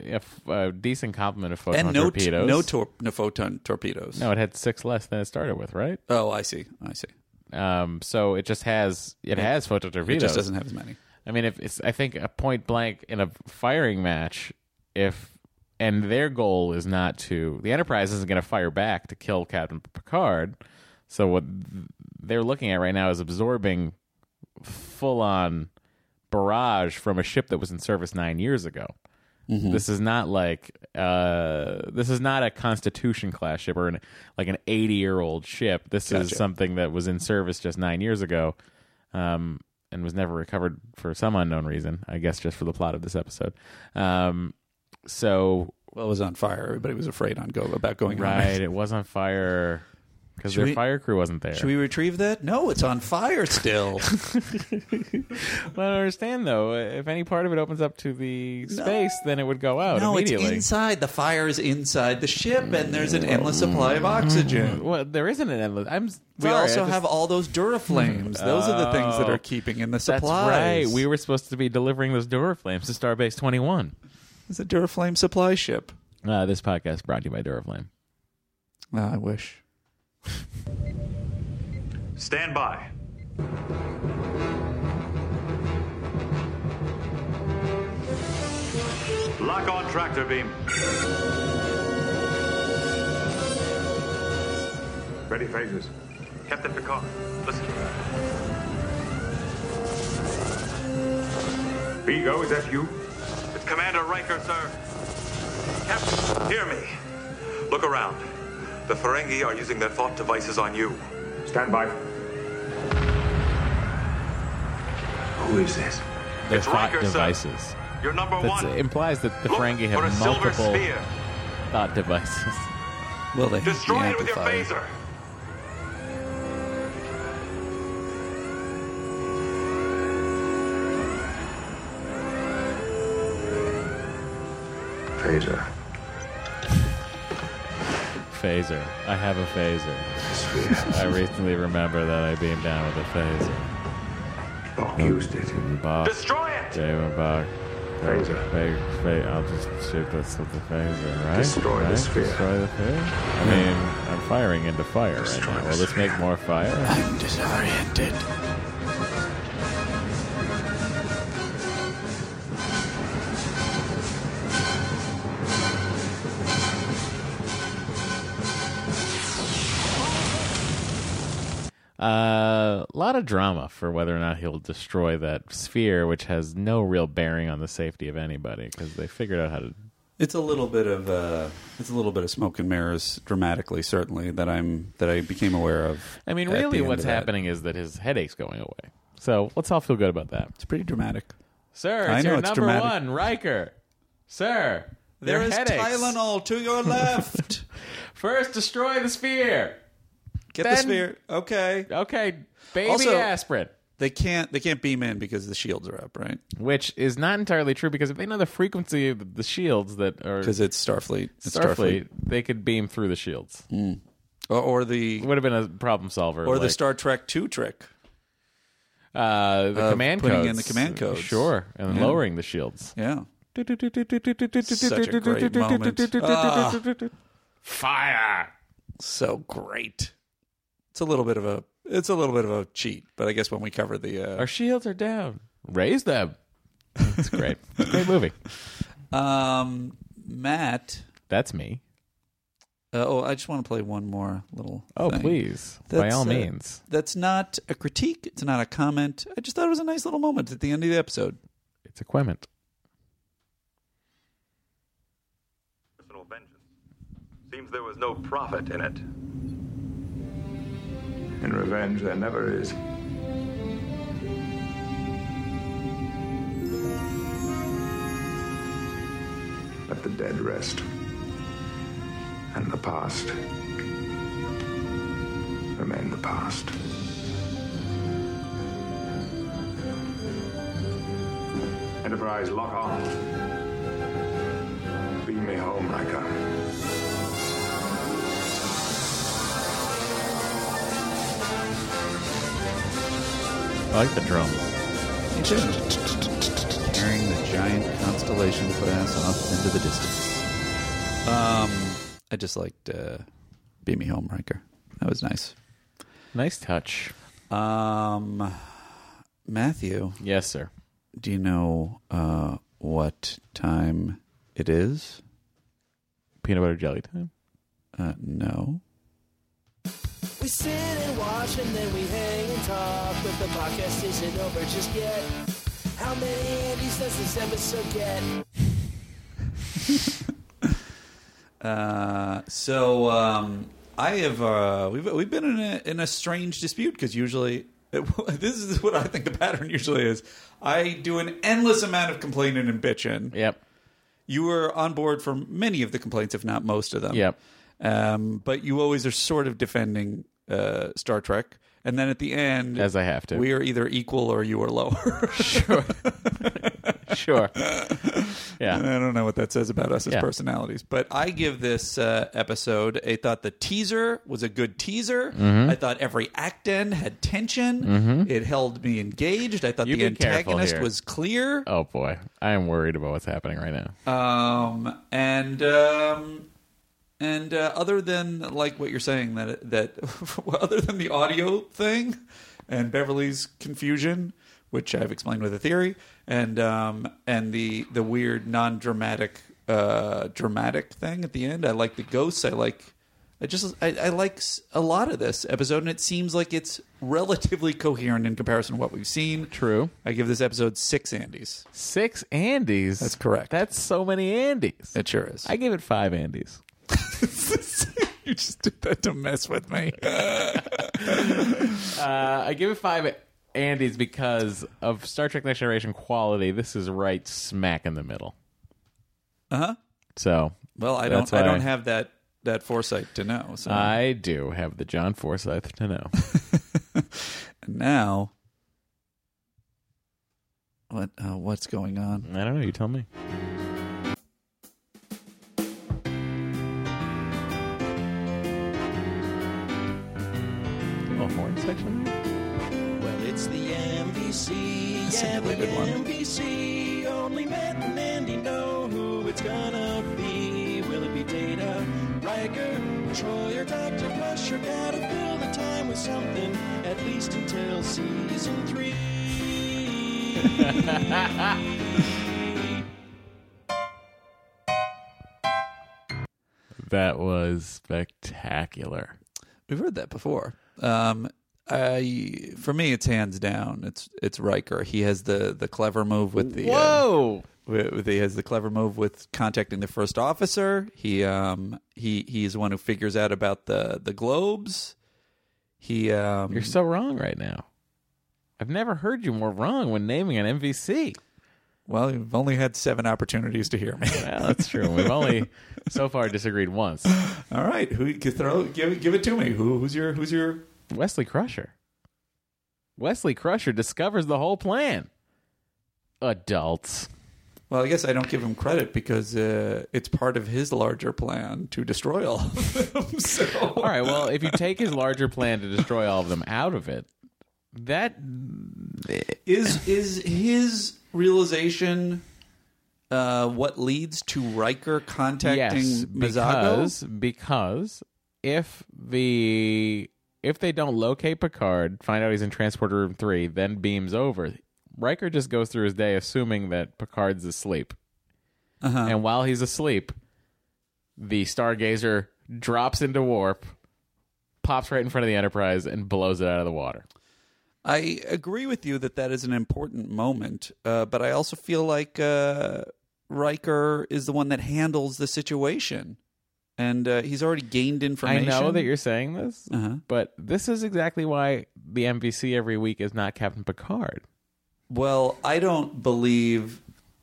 Speaker 2: a f- a decent complement of photon
Speaker 3: and no t-
Speaker 2: torpedoes.
Speaker 3: no, tor- no photon torpedoes.
Speaker 2: No, it had six less than it started with, right?
Speaker 3: Oh, I see. I see.
Speaker 2: Um, so it just has it has photon
Speaker 3: It
Speaker 2: torpedoes.
Speaker 3: just doesn't have as many.
Speaker 2: I mean, if it's I think a point blank in a firing match, if and their goal is not to the Enterprise isn't going to fire back to kill Captain Picard. So what they're looking at right now is absorbing full on barrage from a ship that was in service nine years ago. This is not like uh, this is not a Constitution class ship or an, like an eighty year old ship. This is
Speaker 3: Gotcha.
Speaker 2: something that was in service just nine years ago, um, and was never recovered for some unknown reason. I guess just for the plot of this episode. Um, so
Speaker 3: Well, it was on fire. Everybody was afraid on go about going on.
Speaker 2: right, it was on fire because
Speaker 3: Oh Should
Speaker 2: their
Speaker 3: we-
Speaker 2: fire crew wasn't there.
Speaker 3: Should we retrieve that? No, it's on fire still.
Speaker 2: Well, I don't understand though. If any part of it opens up to the space, then it would go out
Speaker 3: no, it's
Speaker 2: Oh, immediately.
Speaker 3: inside. The fire is inside the ship, and there's an endless supply of oxygen.
Speaker 2: Mm. Well, there isn't an endless. I'm. s-
Speaker 3: We
Speaker 2: sorry, I
Speaker 3: also
Speaker 2: just-
Speaker 3: have all those Duraflames. Those are the things that
Speaker 2: Oh.
Speaker 3: are keeping in the
Speaker 2: That's
Speaker 3: supplies.
Speaker 2: right. We were supposed to be delivering those Duraflames to Starbase 21.
Speaker 3: It's a Duraflame supply ship.
Speaker 2: Uh, this podcast brought to you by Duraflame.
Speaker 3: Ah, I wish.
Speaker 7: Stand by. Lock on tractor beam.
Speaker 6: Ready phasers.
Speaker 7: Captain Picard, listen.
Speaker 6: Vigo, is that you?
Speaker 7: It's Commander Riker, sir. Captain, hear me. Look around. The Ferengi are using their thought devices on you.
Speaker 6: Stand by. Who is this?
Speaker 2: Their
Speaker 7: It's
Speaker 2: thought
Speaker 7: Riker, sir.
Speaker 2: devices.
Speaker 7: You're number
Speaker 2: That
Speaker 7: one.
Speaker 2: implies that the
Speaker 7: Look
Speaker 2: Ferengi
Speaker 7: for a
Speaker 2: have
Speaker 7: silver
Speaker 2: multiple
Speaker 7: sphere.
Speaker 2: thought devices.
Speaker 3: Well, they
Speaker 7: Destroy
Speaker 3: they
Speaker 7: it with your
Speaker 3: amplified.
Speaker 7: phaser.
Speaker 6: phaser.
Speaker 2: Phaser. I have a phaser. I recently remember that I beamed down with a phaser.
Speaker 6: Bach used it.
Speaker 2: Bach.
Speaker 6: Destroy it!
Speaker 2: David Bach.
Speaker 6: Phaser.
Speaker 2: Fa- fa- I'll just shoot this with the phaser, right?
Speaker 6: Destroy the
Speaker 2: Right?
Speaker 6: sphere.
Speaker 2: Destroy the sphere? I mean, I'm firing into fire right now. Will this make more fire?
Speaker 16: I'm disoriented.
Speaker 2: A Uh, lot of drama for whether or not he'll destroy that sphere, which has no real bearing on the safety of anybody because they figured out how to.
Speaker 3: It's a little bit of uh, it's a little bit of smoke and mirrors, dramatically, certainly that I'm that I became aware of.
Speaker 2: I mean,
Speaker 3: at the
Speaker 2: really,
Speaker 3: end
Speaker 2: what's
Speaker 3: of that.
Speaker 2: happening is that his headache's going away. So let's all feel good about that. It's
Speaker 3: pretty dramatic.
Speaker 2: Sir,
Speaker 3: I
Speaker 2: it's
Speaker 3: know
Speaker 2: your
Speaker 3: it's
Speaker 2: number
Speaker 3: dramatic.
Speaker 2: one, Riker. Sir,
Speaker 3: There
Speaker 2: your
Speaker 3: is
Speaker 2: headaches.
Speaker 3: Tylenol to your left.
Speaker 2: First, destroy the sphere.
Speaker 3: Get
Speaker 2: Then-
Speaker 3: the sphere. Okay.
Speaker 2: Okay, baby
Speaker 3: Also-
Speaker 2: aspirin.
Speaker 3: They can't they can't beam in because the shields are up, right?
Speaker 2: Which is not entirely true because if they know the frequency of the shields that are
Speaker 3: Because it's Starfleet. It's
Speaker 2: Starfleet, they could beam through the shields.
Speaker 3: Or, or the
Speaker 2: It would have been a problem solver.
Speaker 3: or the
Speaker 2: like,
Speaker 3: Star Trek two trick.
Speaker 2: uh, the
Speaker 3: of
Speaker 2: command
Speaker 3: putting
Speaker 2: codes.
Speaker 3: in the command codes.
Speaker 2: Sure, and then
Speaker 3: Yeah.
Speaker 2: lowering the shields.
Speaker 3: Yeah. Such a great moment. Ah,
Speaker 2: Fire.
Speaker 3: so great. It's a little bit of a it's a little bit of a cheat, but I guess when we cover the uh,
Speaker 2: Our shields are down. Raise them. It's great. it's a great movie.
Speaker 3: um Matt.
Speaker 2: That's me.
Speaker 3: Uh, oh, I just want to play one more little.
Speaker 2: Oh,
Speaker 3: thing.
Speaker 2: please. By
Speaker 3: That's,
Speaker 2: all
Speaker 3: uh,
Speaker 2: means.
Speaker 3: That's not a critique. It's not a comment. I just thought it was a nice little moment at the end of the episode.
Speaker 2: It's a Quement.
Speaker 7: Personal vengeance. Seems there was no profit in it.
Speaker 6: In revenge, there never is. Let the dead rest. And the past. Remain the past. Enterprise, lock on. Beam me home, Riker.
Speaker 2: I like the drum.
Speaker 3: Tearing the giant constellation class off into the distance. Um, I just liked uh, "Beat Me Home, Riker." That was nice.
Speaker 2: Nice touch.
Speaker 3: Um, Matthew,
Speaker 2: Yes, sir.
Speaker 3: do you know uh, what time it is?
Speaker 2: Peanut butter jelly time.
Speaker 3: Uh, no.
Speaker 16: We sit and watch and then we hang and talk, but the podcast isn't over just yet. How many Andes does this episode get?
Speaker 3: Uh, so um, I have uh, we've we've been in a in a strange dispute because usually this is what I think the pattern usually is. I do an endless amount of complaining and bitching.
Speaker 2: Yep.
Speaker 3: You were on board for many of the complaints, if not most of them.
Speaker 2: Yep.
Speaker 3: Um, but you always are sort of defending uh, Star Trek, and then at the end,
Speaker 2: As I have to.
Speaker 3: we are either equal or you are lower.
Speaker 2: Sure. sure.
Speaker 3: And
Speaker 2: Yeah.
Speaker 3: I don't know what that says about us as
Speaker 2: Yeah.
Speaker 3: personalities, but I give this uh, episode. I thought the teaser was a good teaser.
Speaker 2: Mm-hmm.
Speaker 3: I thought every act end had tension. It held me engaged. I thought
Speaker 2: You
Speaker 3: the
Speaker 2: be careful
Speaker 3: antagonist
Speaker 2: here.
Speaker 3: was clear.
Speaker 2: Oh boy, I am worried about what's happening right now.
Speaker 3: Um, and um, and uh, other than like what you're saying that that other than the audio thing and Beverly's confusion, which I've explained with a theory, and um, and the the weird non dramatic uh dramatic thing at the end. I like the ghosts. I like. I just I, I like s- a lot of this episode, and it seems like it's relatively coherent in comparison to what we've seen.
Speaker 2: True.
Speaker 3: I give this episode six Andes.
Speaker 2: Six Andes.
Speaker 3: That's correct.
Speaker 2: That's so many Andes.
Speaker 3: It sure is.
Speaker 2: I give it five Andes.
Speaker 3: you just did that to mess with me.
Speaker 2: Uh, I give it five Andes because of Star Trek Next Generation quality. This is right smack in the middle.
Speaker 3: Uh huh.
Speaker 2: So
Speaker 3: Well, I
Speaker 2: that's
Speaker 3: don't. I
Speaker 2: why Uh,
Speaker 3: don't have that that foresight to know. So
Speaker 2: I do have the John Forsyth to know.
Speaker 3: And now, what uh, what's going on?
Speaker 2: I don't know. You tell me. a horn section there?
Speaker 16: Well, it's the MVC.
Speaker 3: That's a
Speaker 16: yeah,
Speaker 3: really
Speaker 16: we're the
Speaker 3: good one.
Speaker 16: MVC. Only Matt and Andy know who it's gonna be. Will it be Data, Riker, Troy, or Dr. Crusher? Gotta fill the time with something, at least until season three.
Speaker 2: That was spectacular.
Speaker 3: We've heard that before. Um, I for me, it's hands down. It's it's Riker. He has the the clever move with the uh,
Speaker 2: Whoa!
Speaker 3: with- with- he has the clever move with contacting the first officer. He um he he is the one who figures out about the the globes. He um
Speaker 2: You're so wrong right now. I've never heard you more wrong when naming an MVC.
Speaker 3: well. You've only had seven opportunities to hear me.
Speaker 2: Well, that's true. We've only so far disagreed once.
Speaker 3: All right, who you throw give give it to me? Who who's your who's your
Speaker 2: Wesley Crusher. Wesley Crusher discovers the whole plan. Adults.
Speaker 3: Well, I guess I don't give him credit because uh, it's part of his larger plan to destroy all of them. So,
Speaker 2: All right. Well, if you take his larger plan to destroy all of them out of it, that
Speaker 3: is is his realization uh, what leads to Riker contacting
Speaker 2: yes,
Speaker 3: Mazago?
Speaker 2: because because if the if they don't locate Picard, find out he's in transporter room three, then beams over. Riker just goes through his day assuming that Picard's asleep,
Speaker 3: Uh-huh.
Speaker 2: and while he's asleep, the Stargazer drops into warp, pops right in front of the Enterprise, and blows it out of the water.
Speaker 3: I agree with you that that is an important moment, uh, but I also feel like uh, Riker is the one that handles the situation, and uh, he's already gained
Speaker 2: I
Speaker 3: information.
Speaker 2: know that you're saying this,
Speaker 3: Uh-huh.
Speaker 2: but this is exactly why the MVC every week is not Captain Picard.
Speaker 3: Well, I don't believe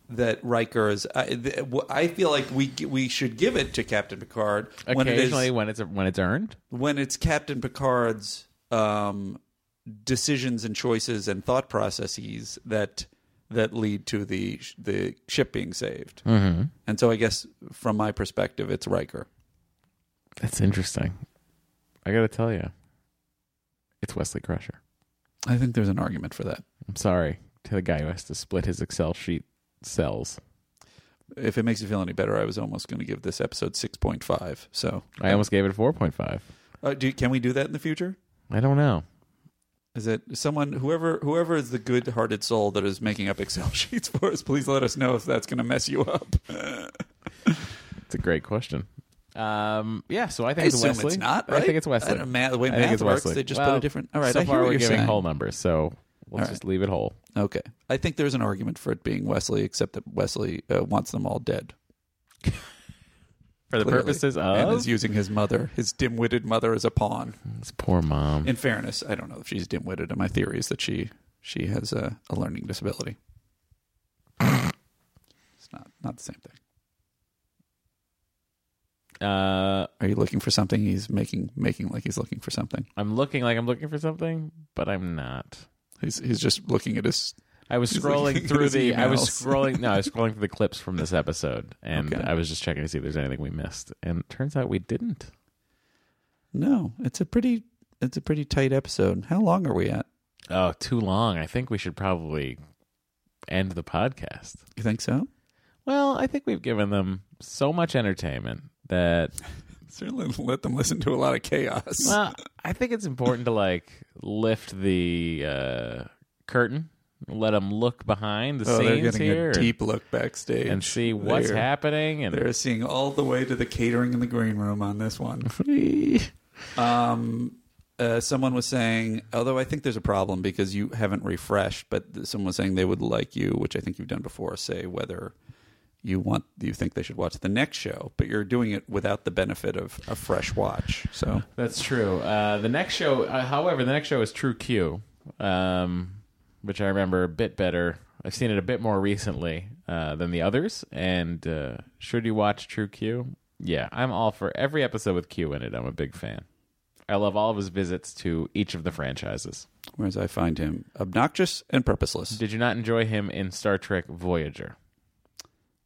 Speaker 3: that Riker is. I, th- w- I feel like we g- we should give it to Captain Picard when it
Speaker 2: Occasionally,
Speaker 3: is
Speaker 2: when it's when it's earned,
Speaker 3: when it's Captain Picard's um, decisions and choices and thought processes that that lead to the sh- the ship being saved.
Speaker 2: Mhm.
Speaker 3: And so, I guess from my perspective, it's Riker.
Speaker 2: that's interesting. I gotta tell you, it's Wesley Crusher.
Speaker 3: I think there's an argument for that.
Speaker 2: I'm sorry to the guy who has to split his Excel sheet cells.
Speaker 3: If it makes you feel any better, I was almost going to give this episode six point five. So,
Speaker 2: I almost gave it a 4.5.
Speaker 3: uh, do, can we do that in the future?
Speaker 2: I don't know.
Speaker 3: Is it someone whoever whoever is the good-hearted soul that is making up Excel sheets for us? Please let us know if that's going to mess you up.
Speaker 2: It's a great question. Um, yeah, so I think
Speaker 3: I
Speaker 2: it's
Speaker 3: assume
Speaker 2: Wesley.
Speaker 3: it's not.
Speaker 2: I
Speaker 3: right?
Speaker 2: think it's Wesley.
Speaker 3: I don't, math, the way
Speaker 2: I
Speaker 3: math
Speaker 2: think it's
Speaker 3: works,
Speaker 2: Wesley.
Speaker 3: they just put
Speaker 2: Well,
Speaker 3: a different. All right,
Speaker 2: so
Speaker 3: I hear
Speaker 2: far
Speaker 3: what
Speaker 2: we're
Speaker 3: you're
Speaker 2: giving
Speaker 3: saying.
Speaker 2: whole numbers, so let's
Speaker 3: All
Speaker 2: just leave it whole.
Speaker 3: Okay, I think there's an argument for it being Wesley, except that Wesley uh, wants them all dead
Speaker 2: For the
Speaker 3: clearly,
Speaker 2: purposes
Speaker 3: and is
Speaker 2: of
Speaker 3: using his mother, his dim-witted mother, as a pawn.
Speaker 2: his poor mom.
Speaker 3: In fairness, I don't know if she's dim-witted, and my theory is that she she has a, a learning disability. it's not not the same thing.
Speaker 2: Uh,
Speaker 3: Are you looking for something? He's making making like he's looking for something.
Speaker 2: I'm looking like I'm looking for something, but I'm not.
Speaker 3: He's he's just looking at his.
Speaker 2: I was
Speaker 3: He's
Speaker 2: scrolling
Speaker 3: looking
Speaker 2: through
Speaker 3: at his
Speaker 2: the. I was
Speaker 3: emails.
Speaker 2: scrolling. No, I was scrolling through the clips from this episode, and
Speaker 3: Okay.
Speaker 2: I was just checking to see if there's anything we missed. And it turns out we didn't.
Speaker 3: No, it's a pretty it's a pretty tight episode. How long are we at?
Speaker 2: Oh, too long. I think we should probably end the podcast.
Speaker 3: You think so?
Speaker 2: Well, I think we've given them so much entertainment that
Speaker 3: Certainly let them listen to a lot of chaos.
Speaker 2: well, I think it's important to like lift the uh, curtain, let them look behind the
Speaker 3: oh, they're
Speaker 2: scenes
Speaker 3: getting
Speaker 2: here,
Speaker 3: a
Speaker 2: and-
Speaker 3: deep look backstage
Speaker 2: and, see what's
Speaker 3: They're-
Speaker 2: happening. And
Speaker 3: They're seeing all the way to the catering in the green room on this one. um, uh, someone was saying, although I think there's a problem because you haven't refreshed, but th- someone was saying they would like you, which I think you've done before, say whether you want you think they should watch the next show, but you're doing it without the benefit of a fresh watch. So
Speaker 2: That's true. Uh, the next show, uh, however, the next show is True Q, um, which I remember a bit better. I've seen it a bit more recently uh, than the others. And uh, should you watch True Q? Yeah, I'm all for every episode with Q in it. I'm a big fan. I love all of his visits to each of the franchises.
Speaker 3: whereas I find him obnoxious and purposeless.
Speaker 2: Did you not enjoy him in Star Trek Voyager?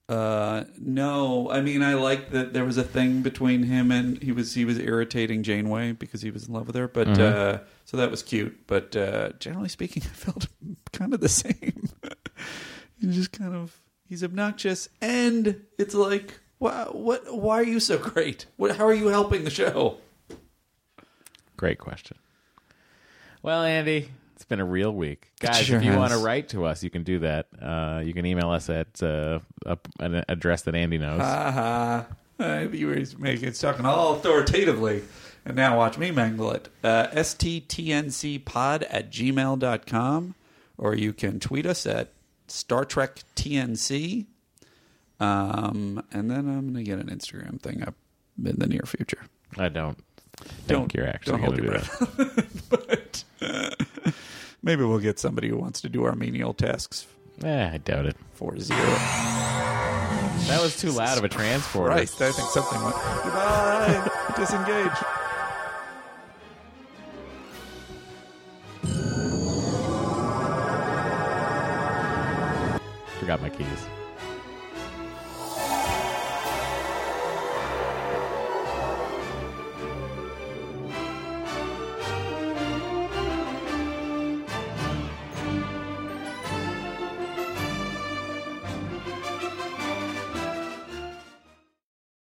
Speaker 3: Uh, no, I mean I like that there was a thing between him and he was he was irritating Janeway because he was in love with her, but
Speaker 2: Mhm.
Speaker 3: uh, so that was cute. But uh, generally speaking, I felt kind of the same. he's just kind of he's obnoxious, and it's like, wow, what? Why are you so great? What? How are you helping the show?
Speaker 2: Great question. Well, Andy, it's been a real week.
Speaker 3: It
Speaker 2: Guys,
Speaker 3: sure
Speaker 2: if you
Speaker 3: has.
Speaker 2: want to write to us, you can do that. Uh, you can email us at uh, a, an address that Andy knows.
Speaker 3: Ah. Ha ha. Uh, you were making it's talking all authoritatively. And now watch me mangle it. Uh, STTNCpod at gmail.com. Or you can tweet us at Star Trek TNC. Um, and then I'm going to get an Instagram thing up in the near future.
Speaker 2: I don't think
Speaker 3: Don't-
Speaker 2: you're actually
Speaker 3: don't hold
Speaker 2: going to do
Speaker 3: your
Speaker 2: that.
Speaker 3: Maybe we'll get somebody who wants to do our menial tasks.
Speaker 2: Eh, I doubt it.
Speaker 3: 4 0. That
Speaker 2: was too loud of a transporter.
Speaker 3: Christ, I think something went. Goodbye. Disengage.
Speaker 2: Forgot my keys.